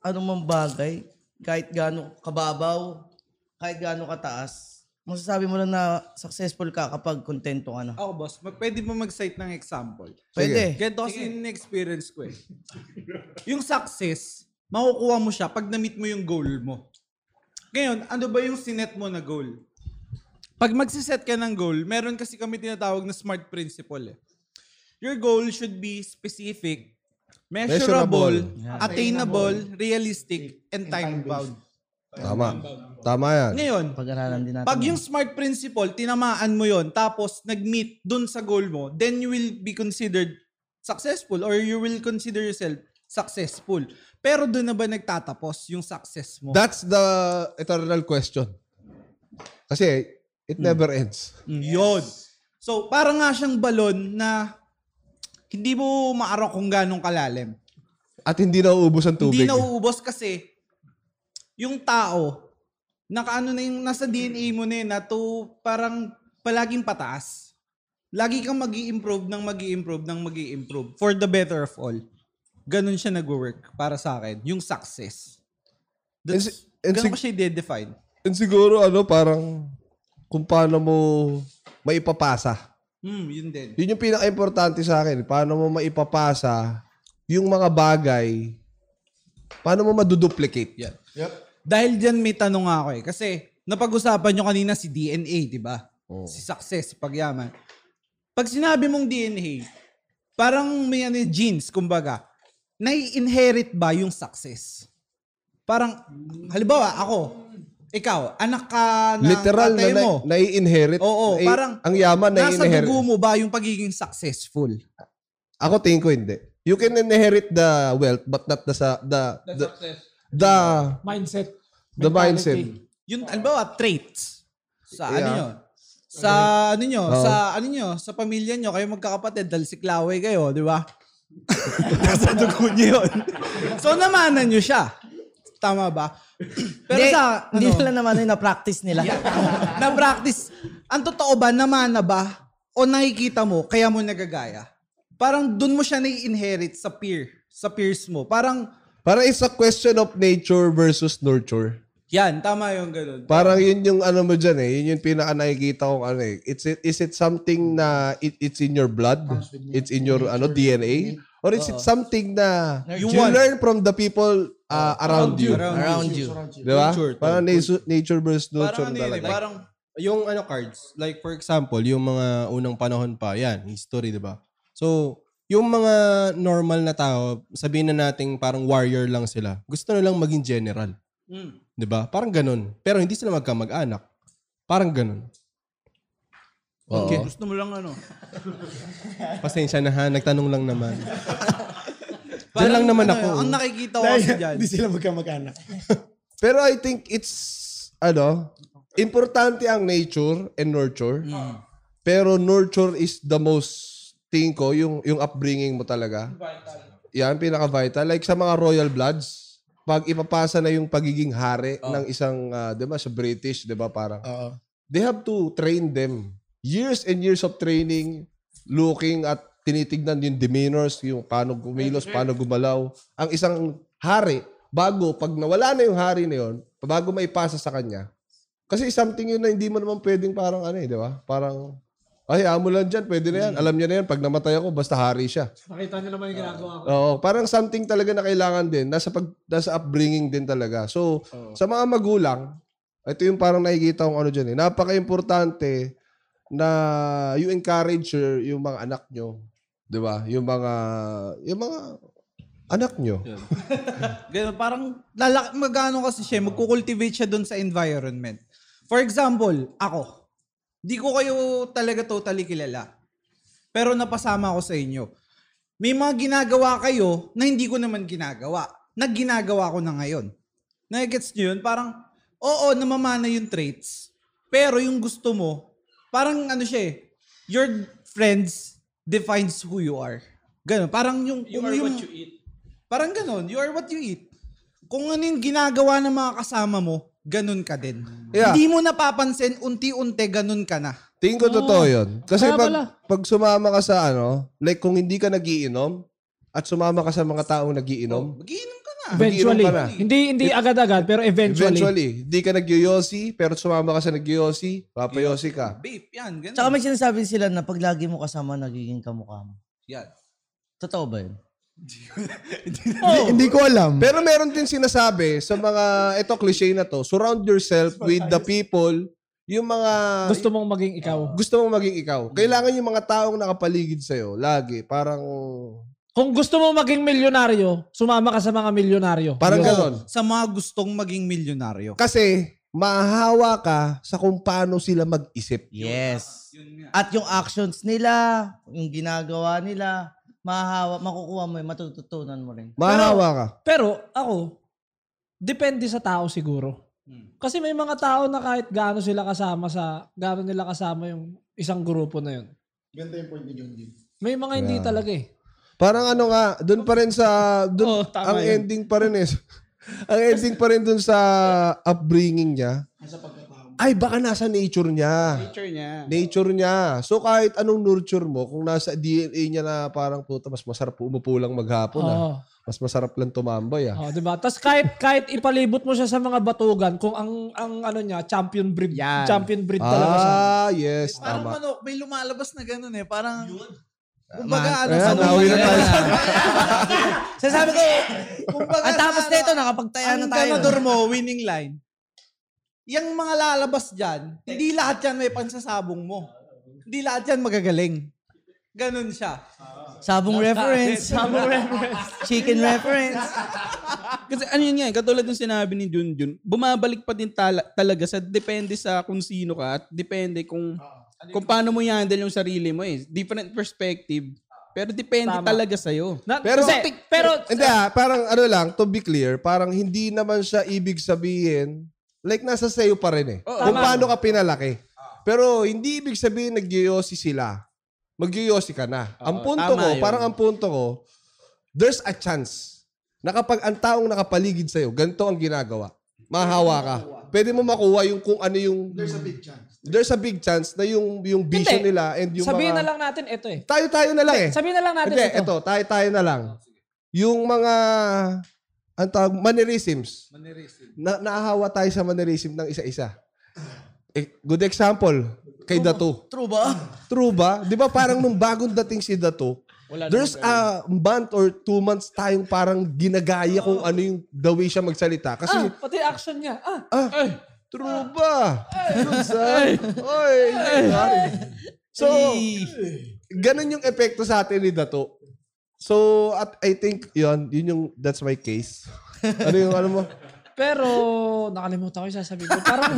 D: anumang bagay, kahit gaano kababaw, kahit gaano kataas, masasabi mo lang na successful ka kapag kontento ka na.
H: Ako, boss, mag, pwede mo mag-cite ng example.
D: Pwede.
H: Ganito kasi in-experience ko eh. yung success, makukuha mo siya pag na-meet mo yung goal mo. Ngayon, ano ba yung sinet mo na goal? Pag magsiset ka ng goal, meron kasi kami tinatawag na SMART principle eh. Your goal should be specific, measurable,
C: Measurable.
H: attainable, realistic, and time-bound.
C: Tama. Tama yan.
H: Ngayon,
D: Pag-aralan din natin.
H: pag yung smart principle, tinamaan mo yon tapos nag-meet dun sa goal mo, then you will be considered successful or you will consider yourself successful. Pero dun na ba nagtatapos yung success mo?
C: That's the eternal question. Kasi it never ends.
H: Mm, Yun. So, parang nga siyang balon na hindi mo maarok kung ganong kalalim.
C: At hindi na uubos ang tubig.
H: Hindi nauubos kasi yung tao, nakaano na yung nasa DNA mo na yun na to parang palaging pataas. Lagi kang mag improve ng mag improve ng mag improve for the better of all. Ganun siya nag-work para sa akin, yung success. That's,
C: And si- and
H: ganun
C: si-
H: ko siya i-define.
C: And siguro ano, parang kung paano mo maipapasa.
H: Hmm, yun din.
C: Yun yung pinaka-importante sa akin. Paano mo maipapasa yung mga bagay, paano mo maduduplicate yan.
H: Dahil dyan may tanong ako eh. Kasi napag-usapan nyo kanina si DNA, di ba? Si success, si pagyaman. Pag sinabi mong DNA, parang may ano, genes, kumbaga. Nai-inherit ba yung success? Parang, halimbawa, ako, ikaw, anak ka ng
C: Literal na,
H: tatay
C: na
H: mo.
C: nai-inherit.
H: Oo,
C: Nai-
H: parang
C: ang yaman na
H: nasa
C: inherit.
H: dugo mo ba yung pagiging successful?
C: Ako tingin ko hindi. You can inherit the wealth but not the sa- the the the,
E: Mindset.
C: the mindset.
E: Mentality.
H: Yun, halimbawa, traits. Sa ano
C: Yeah.
H: yun? Sa ano nyo, sa ano nyo, sa pamilya nyo, kayo magkakapatid dahil siklaway kayo, di ba? Nasa dugo nyo yun. so namanan nyo siya. Tama ba? *clears throat* Pero
D: Hindi,
H: sa,
D: hindi
H: ano,
D: nila naman yun, na-practice nila.
H: *laughs* na-practice, ang totoo ba, namana ba? O nakikita mo, kaya mo nagagaya? Parang dun mo siya nai-inherit sa peer, sa peers mo. Parang,
C: Parang it's a question of nature versus nurture.
H: yan, tama yung ganun.
C: Parang yun yung ano mo dyan eh. Yun yung pinaka nakikita kong ano eh. It's, it- is it something na it, it's in your blood? It's in your ano DNA? Or is it something na you,
H: You want.
C: learn from the people uh, around you?
H: Around, you.
C: Di ba?
G: Culture to.
C: Parang nature, nature versus
H: Parang
C: nurture
H: ano yun eh,
C: talaga.
H: ano parang,
G: yung ano cards, like for example, yung mga unang panahon pa, yan, history, di ba? So, yung mga normal na tao, sabihin na nating parang warrior lang sila. Gusto na lang maging general.
H: mm.
G: 'di ba? Parang ganun. Pero hindi sila magkamag-anak. Parang ganun.
H: Okay. Gusto mo lang ano.
G: Pasensya na ha, nagtanong lang naman. Diyan lang naman ako.
H: ano, Ang nakikita ko kasi dyan.
A: Hindi sila magkamag-anak.
C: Pero I think it's, ano, importante ang nature and nurture. Pero nurture is the most, tingin ko, yung, yung upbringing mo talaga. Yan, pinaka-vital. Like sa mga royal bloods, pag ipapasa na yung pagiging hari ng isang, ah, di ba, sa British, di ba, parang,
A: Oo.
C: they have to train them. Years and years of training, looking at tinitignan yung demeanors, yung paano kumilos, paano gumalaw. Ang isang hari, bago, pag nawala na yung hari na yun, bago maipasa sa kanya. Kasi something yun na hindi mo naman pwedeng parang ano eh, di ba? Parang, ay, amo lang dyan, pwede na yan. Alam niya na yan, pag namatay ako, basta hari siya.
E: Nakita niyo naman yung ginagawa ko.
C: Oo, parang something talaga na kailangan din. Nasa, pag, nasa upbringing din talaga. So, sa mga magulang, ito yung parang nakikita kong ano dyan eh. Napaka-importante na you encourage your, yung mga anak nyo. Di ba? Yung mga, yung mga anak nyo.
H: Ganun, parang lalaki, magano kasi siya, magkukultivate siya doon sa environment. For example, ako. Di ko kayo talaga totally kilala. Pero napasama ako sa inyo. May mga ginagawa kayo na hindi ko naman ginagawa. Nagginagawa ko na ngayon. Nagets nyo yun? Parang, oo, namamana yung traits. Pero yung gusto mo, parang ano siya eh, your friends defines who you are. Ganun. Parang yung... You are what you eat. Parang ganun. You are what you eat. Kung ano yung ginagawa ng mga kasama mo, ganun ka din.
C: Yeah.
H: Hindi mo napapansin, unti-unti ganun ka na.
C: Tingin ko totoo yun. Kasi
E: Kaya
C: pag,
E: pala.
C: pag sumama ka sa ano, like kung hindi ka nagiinom, at sumama ka sa mga taong nagiinom,
H: Magiinom ka na.
E: Oh. Eventually.
C: Mag-inom ka na.
E: Hindi, hindi agad-agag, pero eventually.
C: eventually, hindi ka nagyoyosi, pero sumama ka sa nagyoyosi, papayosi ka.
H: Babe, yan, ganun.
D: Tsaka may sinasabi sila na pag lagi mo kasama, nagiging kamukha mo.
H: Yan.
D: Totoo ba yun?
A: Hindi ko alam.
C: Pero meron din sinasabi sa mga, ito cliche na to, surround yourself with the people, yung mga
E: Gusto mong maging ikaw.
C: gusto mong maging ikaw. Kailangan yung mga taong nakapaligid sa'yo, lagi. Parang,
E: Kung gusto mo maging milyonaryo, sumama ka sa mga milyonaryo.
C: parang
E: Yun.
C: ganon.
H: Sa mga gustong maging milyonaryo.
C: Kasi, mahahawa ka sa kung paano sila mag-isip.
D: Yes. At yung actions nila, yung ginagawa nila, mahahawa, makukuha mo yun, matututunan mo rin.
C: Mahahawa ka.
E: Pero ako, depende sa tao siguro. Kasi may mga tao na kahit gaano sila kasama sa, gaano nila kasama yung isang grupo na yun.
A: Ganda yung point ni John Jin.
E: May mga hindi talaga eh.
C: Parang ano nga, doon pa rin sa, dun,
E: Oo, tama
C: ang
E: yun.
C: ending pa rin eh. *laughs* ang ending pa rin doon sa upbringing niya. Ay, baka nasa nature niya.
F: Nature niya.
C: Nature niya. So kahit anong nurture mo, kung nasa DNA niya na parang puta, mas masarap umupo lang maghapon ah.
E: Oo.
C: Mas masarap lang tumambay ah.
E: Oh, 'di ba? Tapos kahit kahit ipalibot mo siya sa mga batugan kung ang ang ano niya, champion breed, champion breed talaga siya.
C: Ah, yes,
H: Parang
C: tama.
H: manok, may lumalabas na ganun eh. Parang, kumbaga ano,
C: Ayan,
H: sa
C: nawi na tayo.
D: Sasabi ko,
H: kumbaga,
D: at tapos
H: sa-
D: nito, nakapagtaya
F: Ano
H: ang
D: na tayo.
H: ganador mo, winning line. Yung mga lalabas dyan, hindi lahat yan may pansasabong mo. Hindi lahat yan magagaling. Ganun siya.
D: Sabong
H: *laughs*
D: reference. Sabong reference. Chicken reference.
F: Kasi ano yun nga, eh, katulad ng sinabi ni Junjun, bumabalik pa din tala- talaga sa depende sa kung sino ka at depende kung kung paano mo i-handle yung sarili mo eh. Different perspective. Pero depende
E: Tama.
F: talaga sa'yo.
E: Na-
C: Pero-
E: kasi, pero
C: Hindi ah, parang ano lang, to be clear, parang hindi naman siya ibig sabihin, like nasa sayo pa rin eh.
F: Oo.
E: Tama.
C: Kung
E: Ah.
C: paano ka pinalaki. Pero hindi ibig sabihin nagyoyosi sila. Magyoyosi ka na. ang punto
D: tama
C: ko,
D: yun.
C: parang ang punto ko, there's a chance na kapag ang taong nakapaligid sa'yo, ganito ang ginagawa. Mahawa ka. Pwede mo makuha yung kung ano yung... There's a big chance. There's a big chance na yung yung vision
E: Hindi.
C: nila and yung
E: Sabihin
C: mga...
E: na lang natin ito eh.
C: Tayo-tayo na lang eh.
E: Sabihin na lang natin
C: Hindi,
E: ito.
C: eto, tayo-tayo na lang. Yung mga, ang tawag, mannerisms. Na, naahawa tayo sa mannerism ng isa-isa. Eh, good example, kay Dato.
D: True ba?
C: True ba? Di ba parang nung bagong dating si Dato, there's a month or two months tayong parang ginagaya kung ano yung the way siya magsalita. Kasi,
E: Ah, pati action niya. Ah,
C: ah, true ba? Yun, son. Oy, sorry. So, ganun yung epekto sa atin ni Dato. So, at I think, yun, yun yung, that's my case. ano yung, alam mo?
E: Pero, nakalimutan ko yung sasabihin ko. Parang,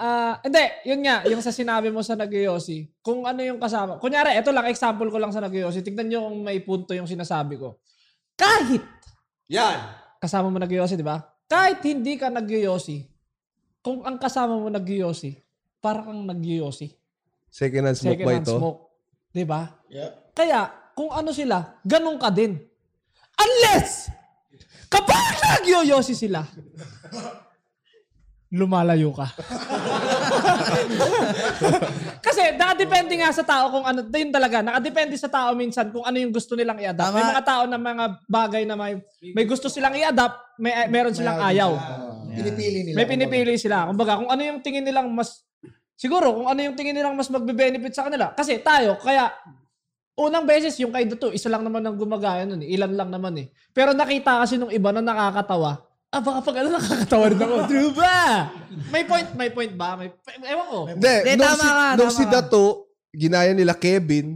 E: ah, hindi, yun nga, yung sa sinabi mo sa nagyoyosi, kung ano yung kasama. Kunyari, eto lang, example ko lang sa nagyoyosi. Tignan nyo kung may punto yung sinasabi ko. Kahit,
C: Yan!
E: kasama mo nagyoyosi, di ba? Kahit hindi ka nagyoyosi, kung ang kasama mo nagyoyosi, parang kang nagyoyosi.
C: Second hand smoke
E: Second
C: ba
E: hand
C: ito?
E: smoke. Di ba? Kaya, kung ano sila, ganun ka din. Unless, kapag nagyoyosi sila, lumalayo ka. *laughs* Kasi nakadepende nga sa tao kung ano, yun talaga, nakadepende sa tao minsan kung ano yung gusto nilang i-adapt. May
D: Tama.
E: mga tao na mga bagay na may, may gusto silang i-adapt, may, eh, meron silang ayaw.
A: Pinipili nila.
E: May pinipili sila. Kumbaga, kung ano yung tingin nilang mas, siguro, kung ano yung tingin nilang mas magbe-benefit sa kanila. Kasi tayo, kaya, unang beses yung kay Dato, isa lang naman ang gumagaya nun eh. Ilan lang naman eh. Pero nakita kasi nung iba na nakakatawa, ah, baka pag ano, nakakatawa rin ako. True ba? May point, may point ba? May, ewan ko.
C: Hindi,
D: Hindi,
C: nung,
D: tama
C: si,
D: ka,
C: nung
D: tama
C: si
D: ka.
C: Dato, ginaya nila Kevin,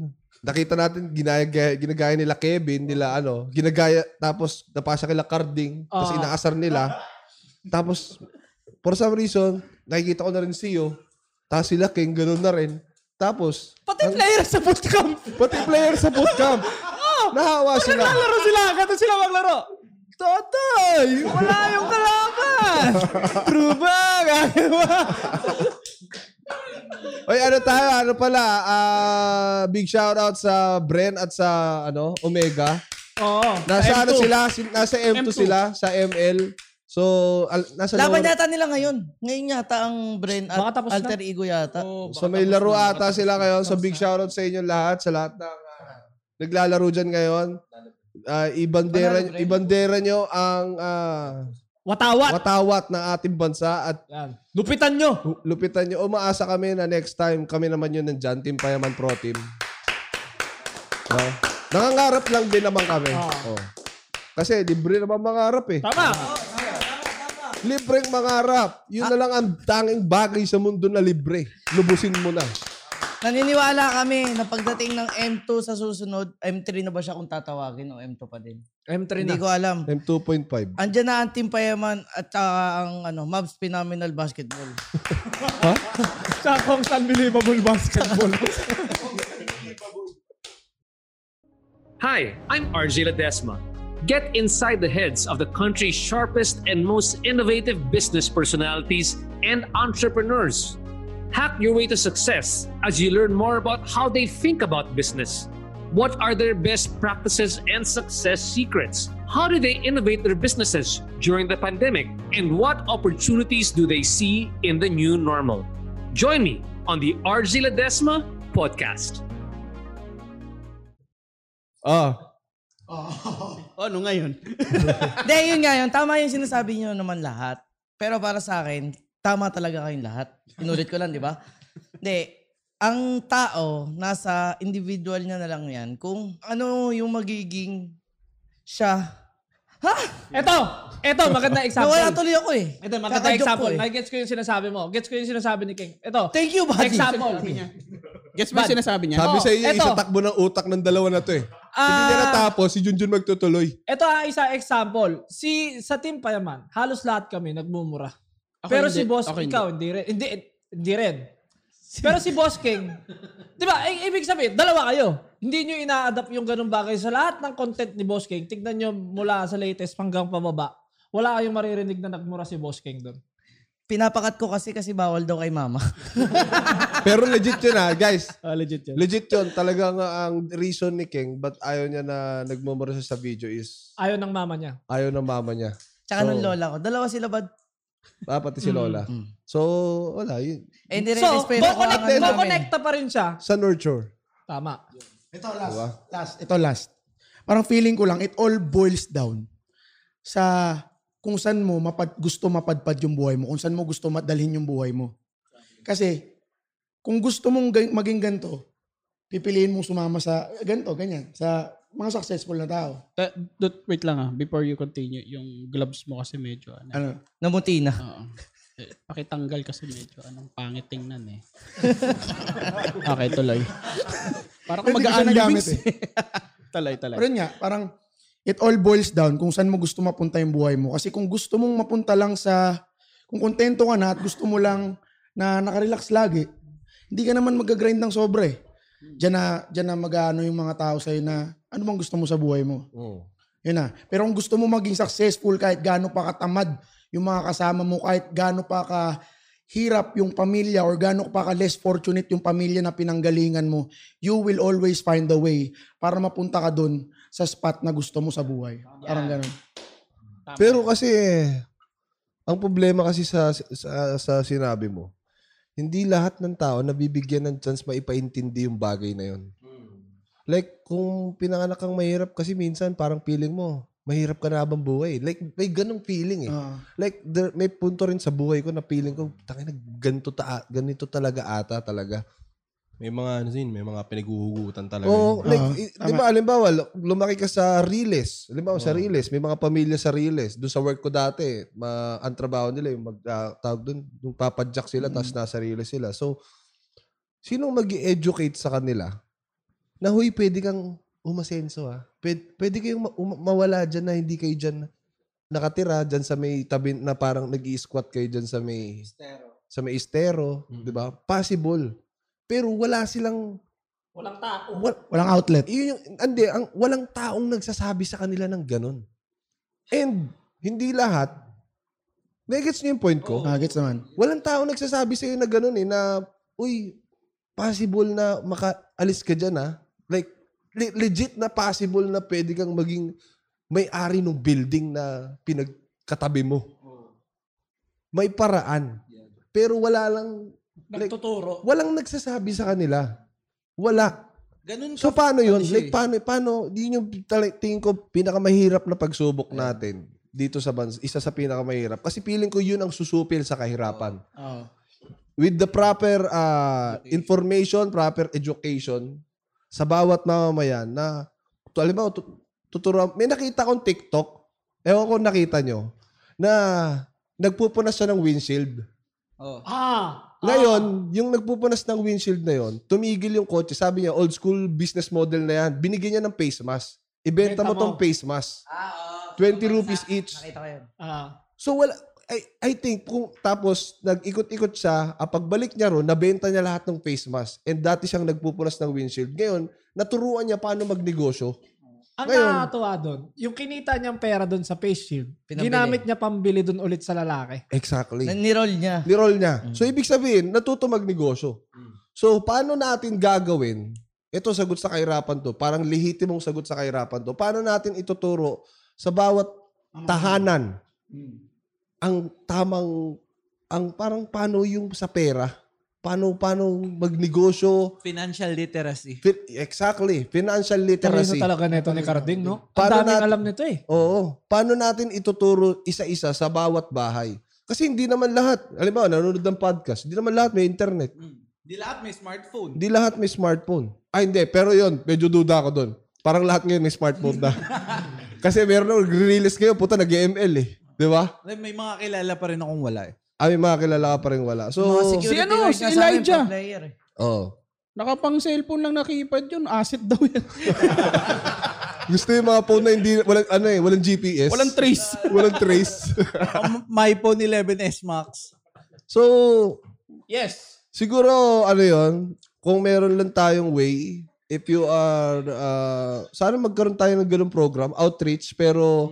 C: nakita natin, ginaya, ginagaya nila Kevin, nila ano, ginagaya, tapos napasa kila Carding, tapos
E: Ah.
C: inaasar nila. tapos, for some reason, nakikita ko na rin siyo, tapos sila King, ganun na rin. Tapos,
E: Pati player sa bootcamp.
C: pati player sa bootcamp,
D: Oh,
C: nahawa sila.
E: Naglalaro sila, gato sila maglaro. Totoy! Wala yung
D: *laughs*
E: kalaban! True ba? Gagano ba?
C: Oy, ano tayo? Ano pala? Ah, big shout out sa Bren at sa ano, Omega.
E: Oo. M2.
C: Nasa ano sila? Sin- Nasa
E: M2.
C: M2, sila sa ML. So, al- nasa
D: Laban
C: lower-
D: yata nila ngayon. Ngayon yata ang brain at
E: Baka tapos na. Oh.
D: alter ego yata.
C: So may laro ata sila ngayon. So big shout out sa inyo lahat, sa lahat ng ah, naglalaro diyan ngayon. Ah, ibandera, ibandera nyo ang ah,
E: Watawat!
C: watawat ng ating bansa at
E: Yan. Lupitan nyo!
C: lu- lupitan nyo. Umaasa kami na next time kami naman yun nandyan, Team Payaman Pro Team. No? Nangangarap lang din naman kami. Oh. Kasi libre naman mangarap eh.
E: Tama!
C: Libreng mangarap. Yun na lang ang tanging bagay sa mundo na libre. Lubusin mo na.
D: Naniniwala kami na pagdating ng M2 sa susunod, M3 na ba siya kung tatawagin o M2 pa din?
E: M3
D: Hindi ko alam.
C: M2.5.
D: Andiyan na ang Team Payaman at saka ang ano, Mavs Phenomenal Basketball.
E: Sakong unbelievable basketball.
K: Hi, I'm RJ Ledesma. Get inside the heads of the country's sharpest and most innovative business personalities and entrepreneurs. Hack your way to success as you learn more about how they think about business. What are their best practices and success secrets? How do they innovate their businesses during the pandemic? And what opportunities do they see in the new normal? Join me on the RJ Ledesma podcast.
C: Ah,
F: O, ano ngayon?
D: Hindi, yun nga yun. Tama yung sinasabi nyo naman lahat. Pero para sa akin, tama talaga kayong lahat. Inulit ko lang, di ba? Hindi. Ang tao, nasa individual niya na lang yan. Kung ano yung magiging siya. Ha?
E: Ito! Ito, maganda example.
D: Nawala tuloy ako eh.
E: Ito, maganda
D: Kakajoke ko
E: example.
D: eh.
E: Ay, gets ko yung sinasabi mo. Gets ko yung sinasabi ni King. Ito.
D: Thank you, buddy.
E: Example.
F: Guess ba yung sinasabi niya?
C: Sabi
E: Oh,
C: sa iyo,
E: eto. Ah.
C: isa takbo ng utak ng dalawa na to eh. Hindi niya natapos, si Junjun magtutuloy.
E: Ito ang ah, isa example. Si sa team pa naman, halos lahat kami nagmumura.
F: Ako
E: Pero
F: hindi.
E: si Boss
F: Ako hindi.
E: ikaw hindi rin. Hindi hindi rin. Pero si Boss King, 'di ba? i- ibig sabihin, dalawa kayo. Hindi niyo ina-adapt yung ganung bagay sa lahat ng content ni Boss King. Tignan niyo mula sa latest hanggang pababa. Wala kayong maririnig na nagmura si Boss King doon.
D: Pinapakat ko kasi kasi bawal daw kay mama. *laughs*
C: Pero legit yun ah, guys.
F: legit yun.
C: Legit yun. Talagang ah, ang reason ni King ba't ayaw niya na nagmumura siya sa video is
E: Ayaw ng mama niya.
C: ayaw ng mama niya.
D: Tsaka nung
C: So,
D: lola ko. Dalawa sila ba?
C: Ah, pati si Lola. So, wala. Yun.
D: Eh,
E: So,
D: nire-respeto ko ang
E: connect,
D: ano namin.
E: connecta pa rin siya.
C: Sa nurture.
E: Tama.
A: Ito last, last, ito last. Parang feeling ko lang, it all boils down sa kung saan mo mapad, gusto mapadpad yung buhay mo, kung saan mo gusto madalhin yung buhay mo. Kasi, kung gusto mong ga- maging ganito, pipiliin mong sumama sa eh, ganito, ganyan, sa mga successful na tao.
F: Ta- dot- wait lang ah, before you continue, yung gloves mo kasi medyo ano.
A: Ano?
D: Namuti na.
F: Oo. Eh, Pakitanggal kasi medyo anong pangit tingnan eh. okay, tuloy. Parang
A: Pero hindi ko siya
F: mag-aan
A: nagamit
F: eh. *laughs* tuloy, tuloy.
A: Pero yun nga, parang it all boils down kung saan mo gusto mapunta yung buhay mo. Kasi kung gusto mong mapunta lang sa, kung kontento ka na at gusto mo lang na nakarelax lagi, hindi ka naman mag-grind ng sobra eh. Diyan na, diyan na mag-ano yung mga tao sa'yo na ano bang gusto mo sa buhay mo. Yun na. Pero kung gusto mo maging successful kahit gaano pa katamad yung mga kasama mo, kahit gaano pa ka hirap yung pamilya or gaano pa ka less fortunate yung pamilya na pinanggalingan mo, you will always find a way para mapunta ka dun sa spot na gusto mo sa buhay. Parang ganun.
C: Pero kasi, eh, ang problema kasi sa, sa, sa sinabi mo, hindi lahat ng tao nabibigyan ng chance maipaintindi yung bagay na yun. Like, kung pinanganak kang mahirap kasi minsan parang feeling mo, mahirap ka na habang buhay. Like, may ganong feeling eh.
A: Ah.
C: Like, there, may punto rin sa buhay ko na feeling ko, tangin na, ganito, ta, ganito talaga ata talaga.
G: May mga ano din, may mga pinaghuhugutan talaga. yun.
C: Oo, like,
A: Oo,
C: i-
A: tama.
C: di ba, alimbawa, lu- lumaki ka sa Riles. Alimbawa, sa Riles, may mga pamilya sa Riles. Doon sa work ko dati, ma, ang trabaho nila, yung mag, ah, tawag doon, yung papadyak sila,
G: Mm.
C: tapos nasa Riles sila. So, sinong mag educate sa kanila na, huy, pwede kang umasenso, ah. Pwede, pwede kayong ma- uma- mawala dyan na hindi kayo dyan nakatira, dyan sa may tabi, na parang nag squat kayo dyan sa may, sa may estero,
G: Mm.
C: di ba? Possible. Pero wala silang,
E: Walang tao.
C: wal-
A: Walang outlet.
C: yun yung, hindi, ang, walang taong nagsasabi sa kanila ng ganun. And, hindi lahat. Nagets niyo yung point ko?
A: Ah, gets naman.
C: Walang taong nagsasabi sa'yo na ganun eh, na, uy, possible na makaalis ka dyan ah. Like, le- legit na possible na pwede kang maging may-ari ng building na pinagkatabi mo. May paraan. Pero wala lang, like,
E: Nagtuturo.
C: walang nagsasabi sa kanila. Wala.
H: Ganun
C: So paano yun?
H: Siya
C: Like
H: eh.
C: paano paano yun yung tala- tingin ko pinakamahirap na pagsubok natin dito sa bansa. Isa sa pinakamahirap kasi feeling ko yun ang susupil sa kahirapan. With the proper ah, information, proper education sa bawat mamamayan na to, alam mo, tu- tuturuan- may nakita kong TikTok, ewan ko kung nakita nyo, na nagpupunas siya ng windshield.
H: Oh.
E: Ah!
C: Ngayon, yung nagpupunas ng windshield na yon, tumigil yung kotse. Sabi niya, old school business model na yan. Binigyan niya ng face mask.
E: Benta
C: Ibenta mo
E: mo.
C: tong face mask.
D: Ah, oo.
C: 20 rupees each.
D: Nakita ko yun.
E: Ah.
C: So wala, I, I think kung tapos nag-ikot-ikot siya, ah, pagbalik niya ron, nabenta niya lahat ng face mask. And dati siyang nagpupunas ng windshield. Ngayon, naturuan niya paano magnegosyo.
E: Ang
C: Ngayon-
E: nakakatuwa doon, yung kinita niyang pera doon sa face shield,
D: Pinambili.
E: ginamit niya pambili doon ulit sa lalaki.
C: Exactly.
D: Na- Nirol niya.
C: Nirol niya.
H: Mm.
C: So, ibig sabihin, natuto magnegosyo. So, paano natin gagawin? Ito, sagot sa kahirapan to. Parang lehitimong sagot sa kahirapan to. Paano natin ituturo sa bawat tahanan
H: Mm.
C: ang tamang, ang parang paano yung sa pera? Paano, paano magnegosyo?
H: Financial literacy.
C: Fi- Exactly. Financial
E: Teresa
C: literacy.
E: talaga nito ni Carding, no? Ang
C: Paano
E: daming
C: nat-
E: alam nito eh.
C: Oo. Paano natin ituturo isa-isa sa bawat bahay? Kasi hindi naman lahat. Alam mo, nanonood ng podcast. Hindi naman lahat may internet.
H: Di Mm. lahat may smartphone.
C: Hindi lahat may smartphone. Ah, hindi. Pero yon medyo duda ako doon. Parang lahat ngayon may smartphone
H: *laughs*
C: na. Kasi meron na nag-release ngayon, puta, nag-ML eh. Di ba?
H: Like, May mga kilala pa rin akong wala eh.
C: Ah, may mga kilala ka pa rin wala. So,
D: Mga
C: oh. oo.
D: security
F: ano,
D: guard
F: si
D: nga sa amin,
F: Elijah.
D: pa player eh.
F: Nakapang cellphone lang nakipad yun. Asset daw yan.
C: Gusto yung mga phone na hindi, walang, ano eh, walang GPS.
F: Walang *laughs* trace.
C: walang trace. *laughs*
H: Ang My phone 11S Max.
C: so,
F: yes.
C: Siguro, ano yon kung meron lang tayong way, ah,
E: Hmm.
C: if you are, uh, sana magkaroon tayo ng ganun program, outreach, pero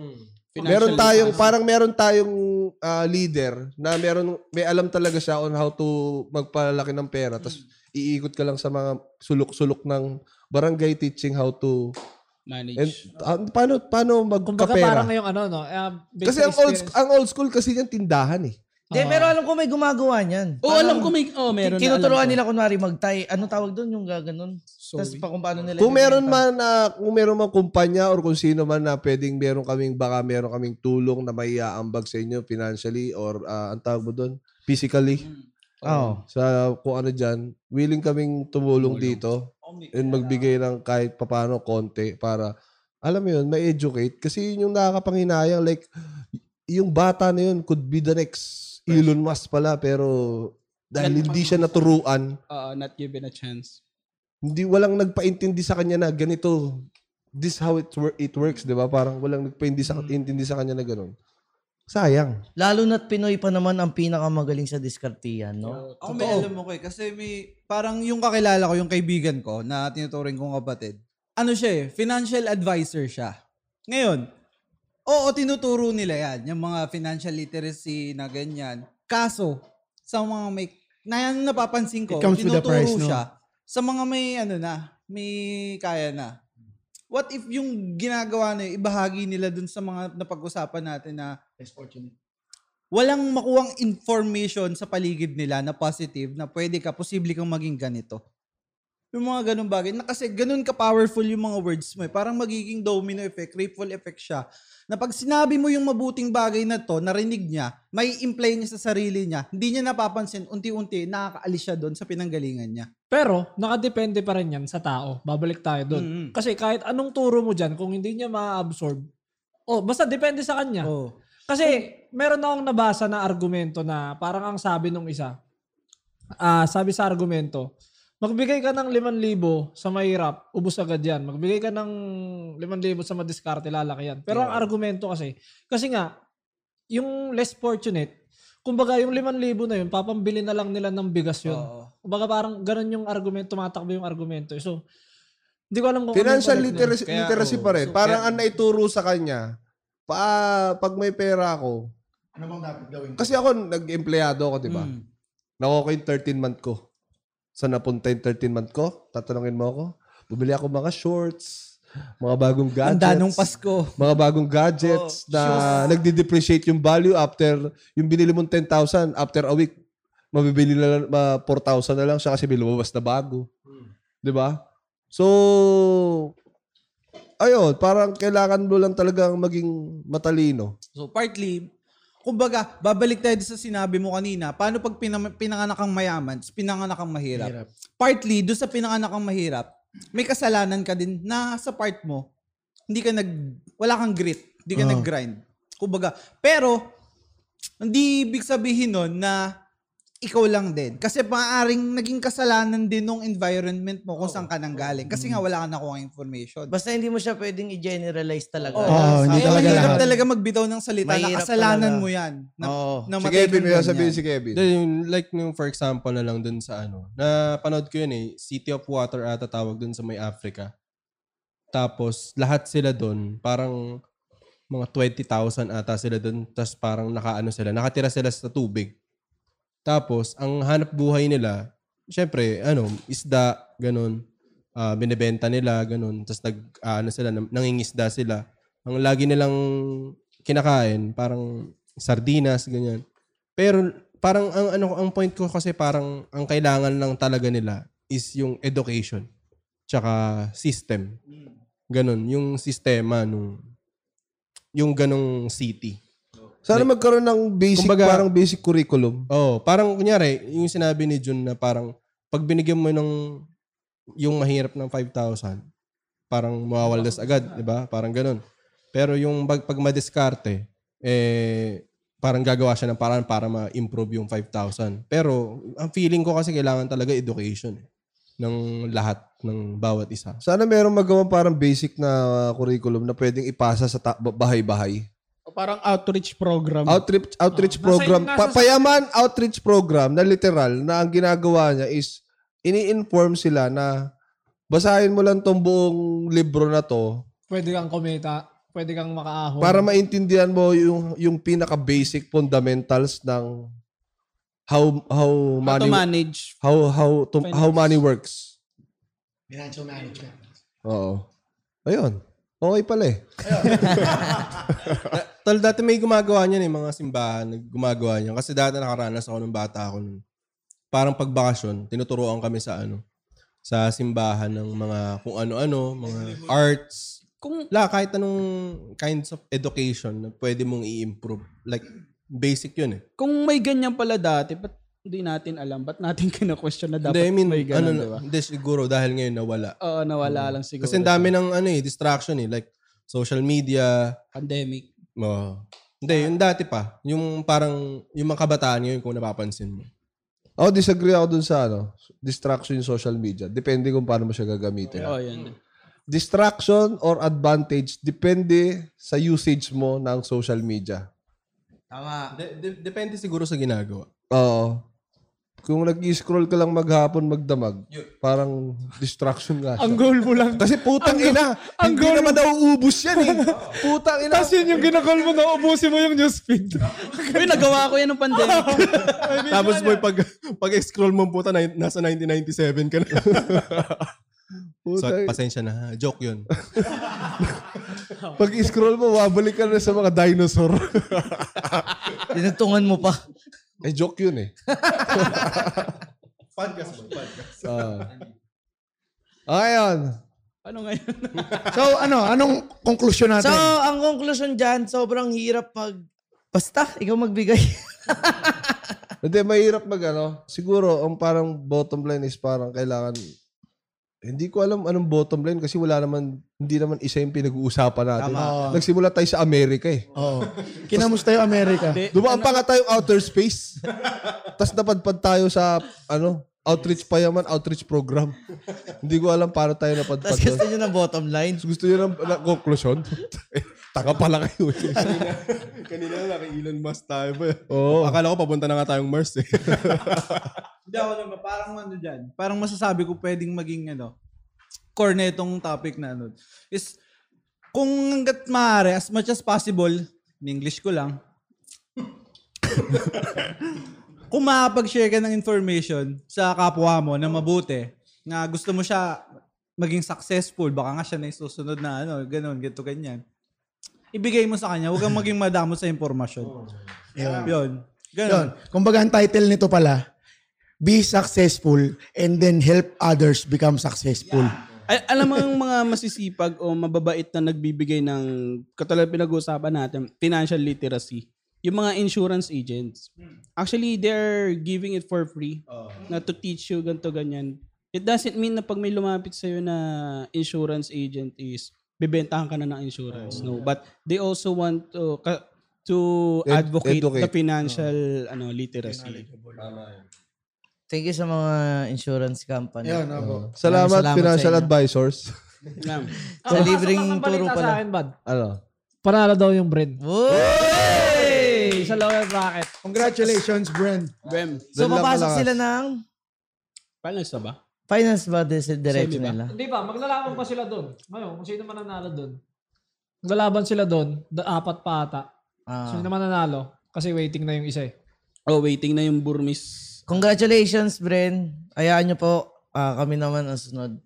C: meron tayong parang meron tayong ah, leader na meron may alam talaga siya on how to magpalaki ng pera tapos
E: Hmm.
C: iikot ka lang sa mga sulok-sulok ng barangay teaching how to
F: Manage.
C: and ah, paano paano
E: Kumbaga parang
C: magkapera
E: ngayong ano, no? Um, based
C: kasi ang
E: experience.
C: old ang old school kasi yan tindahan eh
D: Hindi, pero alam ko may gumagawa niyan.
F: Ah. Oo, alam ko may- oo, meron na,
D: Tinuturuan
F: alam ko.
D: nila kunwari mag-tie. Ano tawag doon yung gaganon? Tapos pa kung paano nila.
C: Kung meron
D: ibibenta.
C: man na kung meron man kumpanya or kung sino man na pwedeng meron kaming baka meron kaming tulong na may aambag sa inyo financially or ah, ang tawag mo doon physically. Mm.
D: Oo.
C: Sa kung ano diyan, willing kaming tumulong Oh, dito and magbigay ng kahit papano konti para alam mo yun, ma-educate kasi yun yung nakakapanghinayang like yung bata na yun could be the next Elon Musk pala pero dahil hindi siya naturuan
F: Oo, Uh, not given a chance.
C: hindi walang nagpaintindi sa kanya na ganito this how it wor- it works 'di ba parang walang nagpaintindi sa
H: Mm.
C: intindi sa kanya na ganun sayang
D: Lalo na't Pinoy pa naman ang pinakamagaling sa diskartiyan, no?
H: Ako may alam mo ko eh. Kasi may, parang yung kakilala ko, yung kaibigan ko na tinuturing kong kapatid, ano siya eh, financial advisor siya. Ngayon, oo, tinuturo nila yan, yung mga financial literacy na ganyan. Kaso, sa mga may, na yan napapansin
A: It
H: ko,
A: comes with the
H: tinuturo
A: price, no?
H: siya sa mga may ano na, may kaya na. What if yung ginagawa na yun, ibahagi nila dun sa mga napag-usapan natin na walang makuwang information sa paligid nila na positive na pwede ka, posible kang maging ganito. Yung mga ganun bagay. Na kasi ganun ka-powerful yung mga words mo. Eh. Parang magiging domino effect, ripple effect siya. Na pag sinabi mo yung mabuting bagay na to, narinig niya, may imply niya sa sarili niya, hindi niya napapansin, unti-unti nakakaalis siya doon sa pinanggalingan niya.
E: Pero, nakadepende pa rin yan sa tao. Babalik tayo doon.
H: Mm-mm.
E: Kasi kahit anong turo mo dyan, kung hindi niya ma-absorb, oh, basta depende sa kanya.
H: Oh.
E: Kasi, meron akong nabasa na argumento na parang ang sabi nung isa, ah sabi sa argumento, magbigay ka ng 5,000 sa mahirap, ubus agad yan. Magbigay ka ng 5,000 sa madiskarte, lalaki yan. Pero ang argumento kasi, kasi nga, yung less fortunate, kumbaga yung 5,000 na yun, papambili na lang nila ng bigas
C: Oh.
E: yun. Kumbaga parang ganun yung argumento, tumatakbo yung argumento. So, hindi ko alam kung ano yung
C: financial
E: connect nun.
C: literacy, literacy pa rin parang ang naituro sa kanya pa pag may pera ako
A: Ano bang dapat gawin?
C: kasi ako nag-empleyado ako 'di ba
H: Mm.
C: Nakuha ko yung 13 month ko saan napunta yung 13 month ko tatanungin mo ako bumili ako mga shorts mga bagong gadgets
H: Ang danong Pasko.
C: mga bagong gadgets na nagde-depreciate yung value after yung binili mong 10,000 after a week mabibili na lang ma 4,000 na lang siya kasi may lumabas na bago. 'Di ba? So ayun, parang kailangan mo lang talagang maging matalino.
H: So partly, kumbaga, babalik tayo sa sinabi mo kanina, paano pag pinam- pinanganak kang mayaman, tapos pinanganak kang mahirap. Partly, doon sa pinanganak kang mahirap, may kasalanan ka din na sa part mo, hindi ka nag, wala kang grit, hindi ka nag-grind. Kumbaga, pero, hindi ibig sabihin nun na ikaw lang din. Kasi maaaring naging kasalanan din ng environment mo kung saan ka nang galing. Kasi nga wala ka nakuha information.
D: Basta hindi mo siya pwedeng i-generalize talaga.
H: Oo,
A: Oo, hindi
H: Kaya
A: talaga
H: mahirap
A: lahat.
H: talaga magbitaw ng salita na
D: Mahirap
H: kasalanan
D: talaga.
H: mo yan. Na,
D: Oo.
H: na
C: Si
H: matay
C: Kevin,
H: kang
C: may
H: ganyan.
C: sabihin si Kevin.
G: Then, yung, like yung for example na lang dun sa ano, na panood ko yun eh, City of Water ata tawag dun sa may Africa. Tapos lahat sila dun, parang mga 20,000 ata sila dun, tapos parang nakaano sila, nakatira sila sa tubig. Tapos ang hanap buhay nila, syempre, ano, isda, ganun. Ah, binebenta nila, ganun. Tapos nag, ah, ano sila, nam- nangingisda sila. Ang lagi nilang kinakain, parang sardinas, ganyan. Pero parang ang ano ang point ko kasi parang ang kailangan lang talaga nila is yung education tsaka system. Ganun, yung sistema nung yung ganong city.
C: Sana magkaroon ng basic,
G: Kumbaga-
C: parang basic curriculum.
G: Oh, parang kunyari, yung sinabi ni Jun na parang pag binigyan mo ng yung mahirap ng 5,000, parang mawawaldas agad, di ba? Parang ganun. Pero yung pag, pag madiskarte, eh, parang gagawa siya ng paraan para ma-improve yung 5,000. Pero ang feeling ko kasi kailangan talaga education eh, ng lahat, ng bawat isa.
C: Sana merong magawa parang basic na curriculum na pwedeng ipasa sa ta- bahay-bahay.
F: O parang outreach program.
C: Mm. outreach outreach
E: Ah. nasa-
C: program
E: nasa-
C: Pa- payaman outreach program na literal na ang ginagawa niya is ini-inform sila na basahin mo lang tong buong libro na to
E: Pwede kang kumita. pwede kang makaahon.
C: Para maintindihan mo yung yung pinaka basic fundamentals ng how how
F: to
C: money
F: manage
C: how how to, how money works.
A: Financial management.
C: Oo. Ayun. Okay pala eh.
G: Tol, dati may gumagawa niyan eh, mga simbahan, nag- gumagawa niyan. Kasi dati nakaranas ako nung bata ako nun. Parang pagbakasyon, tinuturoan kami sa ano, sa simbahan ng mga kung ano-ano, mga arts.
F: Kung
G: la kahit anong kinds of education na pwede mong i-improve. Like basic 'yun eh.
F: Kung may ganyan pala dati, ba't hindi natin alam? Ba't natin *laughs* kina-question na dapat
G: Hindi, I mean,
F: may
G: ano,
F: ganun, di ba?
G: hindi siguro dahil ngayon nawala.
F: Oo, nawala lang siguro.
G: Kasi ang dami ng ano eh, distraction eh, like social media,
F: pandemic.
G: Oo. Hindi, yung dati pa. Yung parang, yung mga kabataan yun kung napapansin mo.
C: Ako disagree ako dun sa ano, distraction yung social media. Depende kung paano mo siya gagamitin.
F: Oo, yan.
C: Distraction or advantage depende sa usage mo ng social media.
G: Tama. depende siguro sa ginagawa.
C: Oo. Kung nag-scroll ka lang maghapon magdamag, parang distraction nga siya.
E: Ang goal mo lang.
C: Kasi putang ina,
E: ang
C: hindi
E: goal
C: naman nauubos yan
E: *laughs*
C: eh. Putang ina.
E: Tapos yun yung ginagol mo na ubusin mo yung newsfeed.
F: *laughs* Uy, nagawa ko yan ng pandemic.
G: *laughs* Tapos boy, pag, pag scroll mo puta, na, nasa 1997 ka na. so,
C: Putang-
G: pasensya na. ha? Joke yun.
C: Pag scroll mo, wabalik ka na sa mga dinosaur.
D: Dinugtungan mo pa.
C: eh, joke *laughs* yun eh.
G: podcast boy, podcast.
C: Ah. Ayun.
F: ano ngayon?
A: So ano, anong conclusion
D: So,
A: natin?
D: ang conclusion dyan, sobrang hirap mag... Basta, ikaw magbigay. *laughs*
C: Hindi, mahirap mag ano. Siguro, ang parang bottom line is parang kailangan... Hindi ko alam anong bottom line kasi wala naman, hindi naman isa yung pinag-uusapan natin.
A: Tama.
C: Nagsimula tayo sa Amerika eh.
A: Oo. Kinamusta yung Amerika?
C: Dumaan pa nga tayong outer
A: *laughs*
C: space. Tapos napadpad tayo sa, ano, outreach pa yaman, outreach
G: *laughs*
C: program. hindi ko alam paano tayo
D: Tapos
C: napadpad doon.
D: gusto nyo ng bottom line.
C: Tapos gusto nyo ng ng
G: *laughs*
C: conclusion? Taka pala kayo. eh.
G: Kanina na kay Elon Musk tayo boy.
C: Oo.
G: Akala ko papunta na nga tayong Mars eh.
H: Hindi ako naman, parang ano dyan, parang masasabi ko pwedeng maging ano, core na itong topic na ano, is kung hanggat maaari, as much as possible, in English ko lang, *laughs* kung makapag-share ka ng information sa kapwa mo na mabuti, na gusto mo siya maging successful, baka nga siya na yung susunod na ano, ganun, ganito, ganyan. Ibigay mo sa kanya, huwag kang maging madamot sa impormasyon. Yun. Ganun.
A: Yun. Kumbaga ang title nito pala, Be successful and then help others become successful.
F: Al- alam mo yung mga masisipag o mababait na nagbibigay ng, katulad pinag-uusapan natin, financial literacy, yung mga insurance agents. Actually, they're giving it for free
C: Oh.
F: na to teach you ganto ganyan. It doesn't mean na pag may lumapit sa'yo na insurance agent is bibentahan ka na ng insurance. No,
C: Oh.
F: but they also want to ka- to
C: Ed-
F: advocate the
C: educate. Oh.
F: financial ano literacy.
D: Thank you sa mga insurance company.
A: Ayun, ako.
C: Salamat,
D: Salamat sa
C: financial
D: inyo.
C: advisors. *laughs*
F: Ma'am.
D: Sa libreng turo
E: pala. Sa
D: pala.
E: akin, bad.
C: ano?
E: Panalo daw yung Brent.
D: Uy!
E: Sa lower bracket.
A: Congratulations, Brent.
F: Bem,
D: So,
C: Doon lang
D: papasok
C: malakas.
D: sila ng
F: paano sa ba?
D: finance ba this diretso
F: Semi ba?
D: nila?
E: Hindi pa, maglalaban pa sila doon. Ngayon, kung sino mananalo doon. Maglalaban sila doon, da- apat pa ata.
D: Ah.
E: Sino mananalo? Kasi waiting na yung isa eh.
F: Oh, waiting na yung Burmese
D: Congratulations, Bren. Ayaan nyo po. Ah, kami naman ang sunod.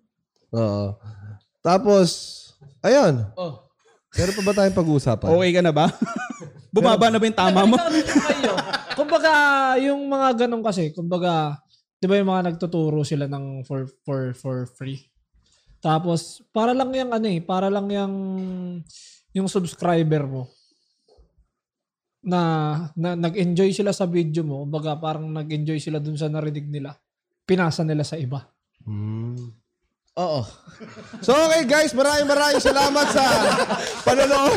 C: Oo. Tapos, ayun.
F: Oh.
C: Meron pa ba tayong pag-uusapan?
F: Okay ka na ba? Bumaba na ba yung tama mo?
E: kumbaga, yung mga ganun kasi, kumbaga, di ba yung mga nagtuturo sila ng for, for, for free? Tapos, para lang yung ano eh, para lang yung, yung subscriber mo na, na nag-enjoy sila sa video mo, kumbaga parang nag-enjoy sila dun sa narinig nila, pinasa nila sa iba.
D: Oo.
C: So okay guys, maraming maraming salamat sa panonood.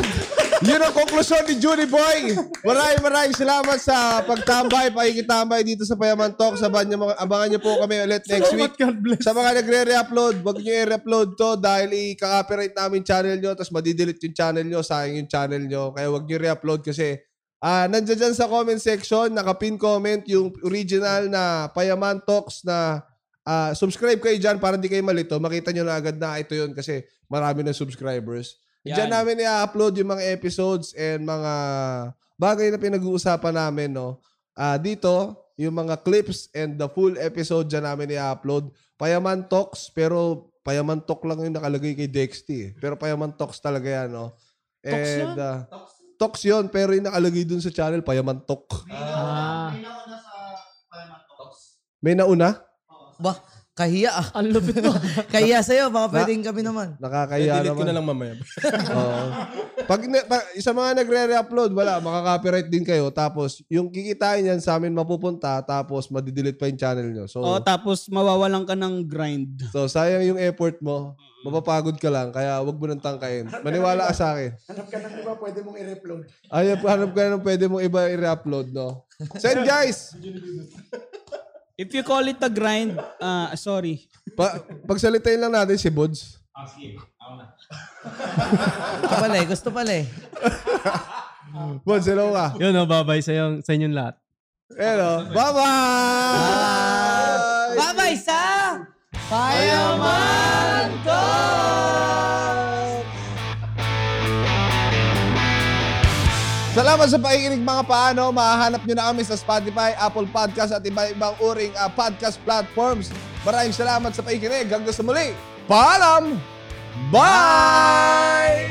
C: Yun ang konklusyon ni Judy Boy. Maraming maraming salamat sa pagtambay, pakikitambay dito sa Payaman Talk. Sabahan niyo, mga- abangan niyo po kami ulit next week. Sa mga nagre-re-upload, wag niyo i-re-upload to dahil i-copyright namin channel niyo tapos madidelete yung channel niyo, sayang yung channel niyo. Kaya wag niyo re-upload kasi Ah, nandiyan dyan sa comment section, nakapin comment yung original na Payaman Talks na ah, subscribe kayo dyan para hindi kayo malito. Makita nyo na agad na ito yun kasi marami ng subscribers. Diyan namin i-upload yung mga episodes and mga bagay na pinag-uusapan namin, no? Ah, dito, yung mga clips and the full episode dyan namin i-upload. Payaman Talks, pero Payaman Talk lang yung nakalagay kay Dexty. eh. Pero Payaman Talks talaga yan, no?
E: Talks yun?
C: And, ah, talks yun, pero yung nakalagay dun sa channel, Payaman Talk.
E: Ah.
C: May nauna?
D: Ba, kahiya ah.
E: Ang lupit mo.
D: *laughs* kahiya sa'yo, baka pwedeng kami naman.
C: Nakakaya
G: Delete
C: naman.
G: ko na lang mamaya.
C: Oo. Pag, na- pa- sa mga nagre-re-upload, wala, makaka-copyright din kayo. Tapos, yung kikitain yan sa amin mapupunta, tapos madidelete pa yung channel nyo. So,
F: Oh, tapos mawawalan ka ng grind.
C: so sayang yung effort mo. Mapapagod ka lang, kaya wag mo nang tangkain. Maniwala ka sa akin.
A: Hanap ka ng iba, pwede mong i-replode.
C: Ay, hanap ka ng pwede mong iba i-re-upload, no? Send guys!
F: If you call it a grind, ah, sorry.
C: Pa- pagsalitain lang natin si Bods.
D: Gusto pala eh, gusto pala eh.
C: Bods, hello ka.
M: Yun, no, babay sa, yung, sa inyong lahat.
C: Hello. Bye-bye!
D: Bye-bye sa Fireman Talks!
C: Salamat sa pakikinig mga paano. Mahahanap nyo na kami sa Spotify, Apple Podcast at iba-ibang uring ah, podcast platforms. Maraming salamat sa pakikinig. Hanggang sa muli. Paalam! Bye!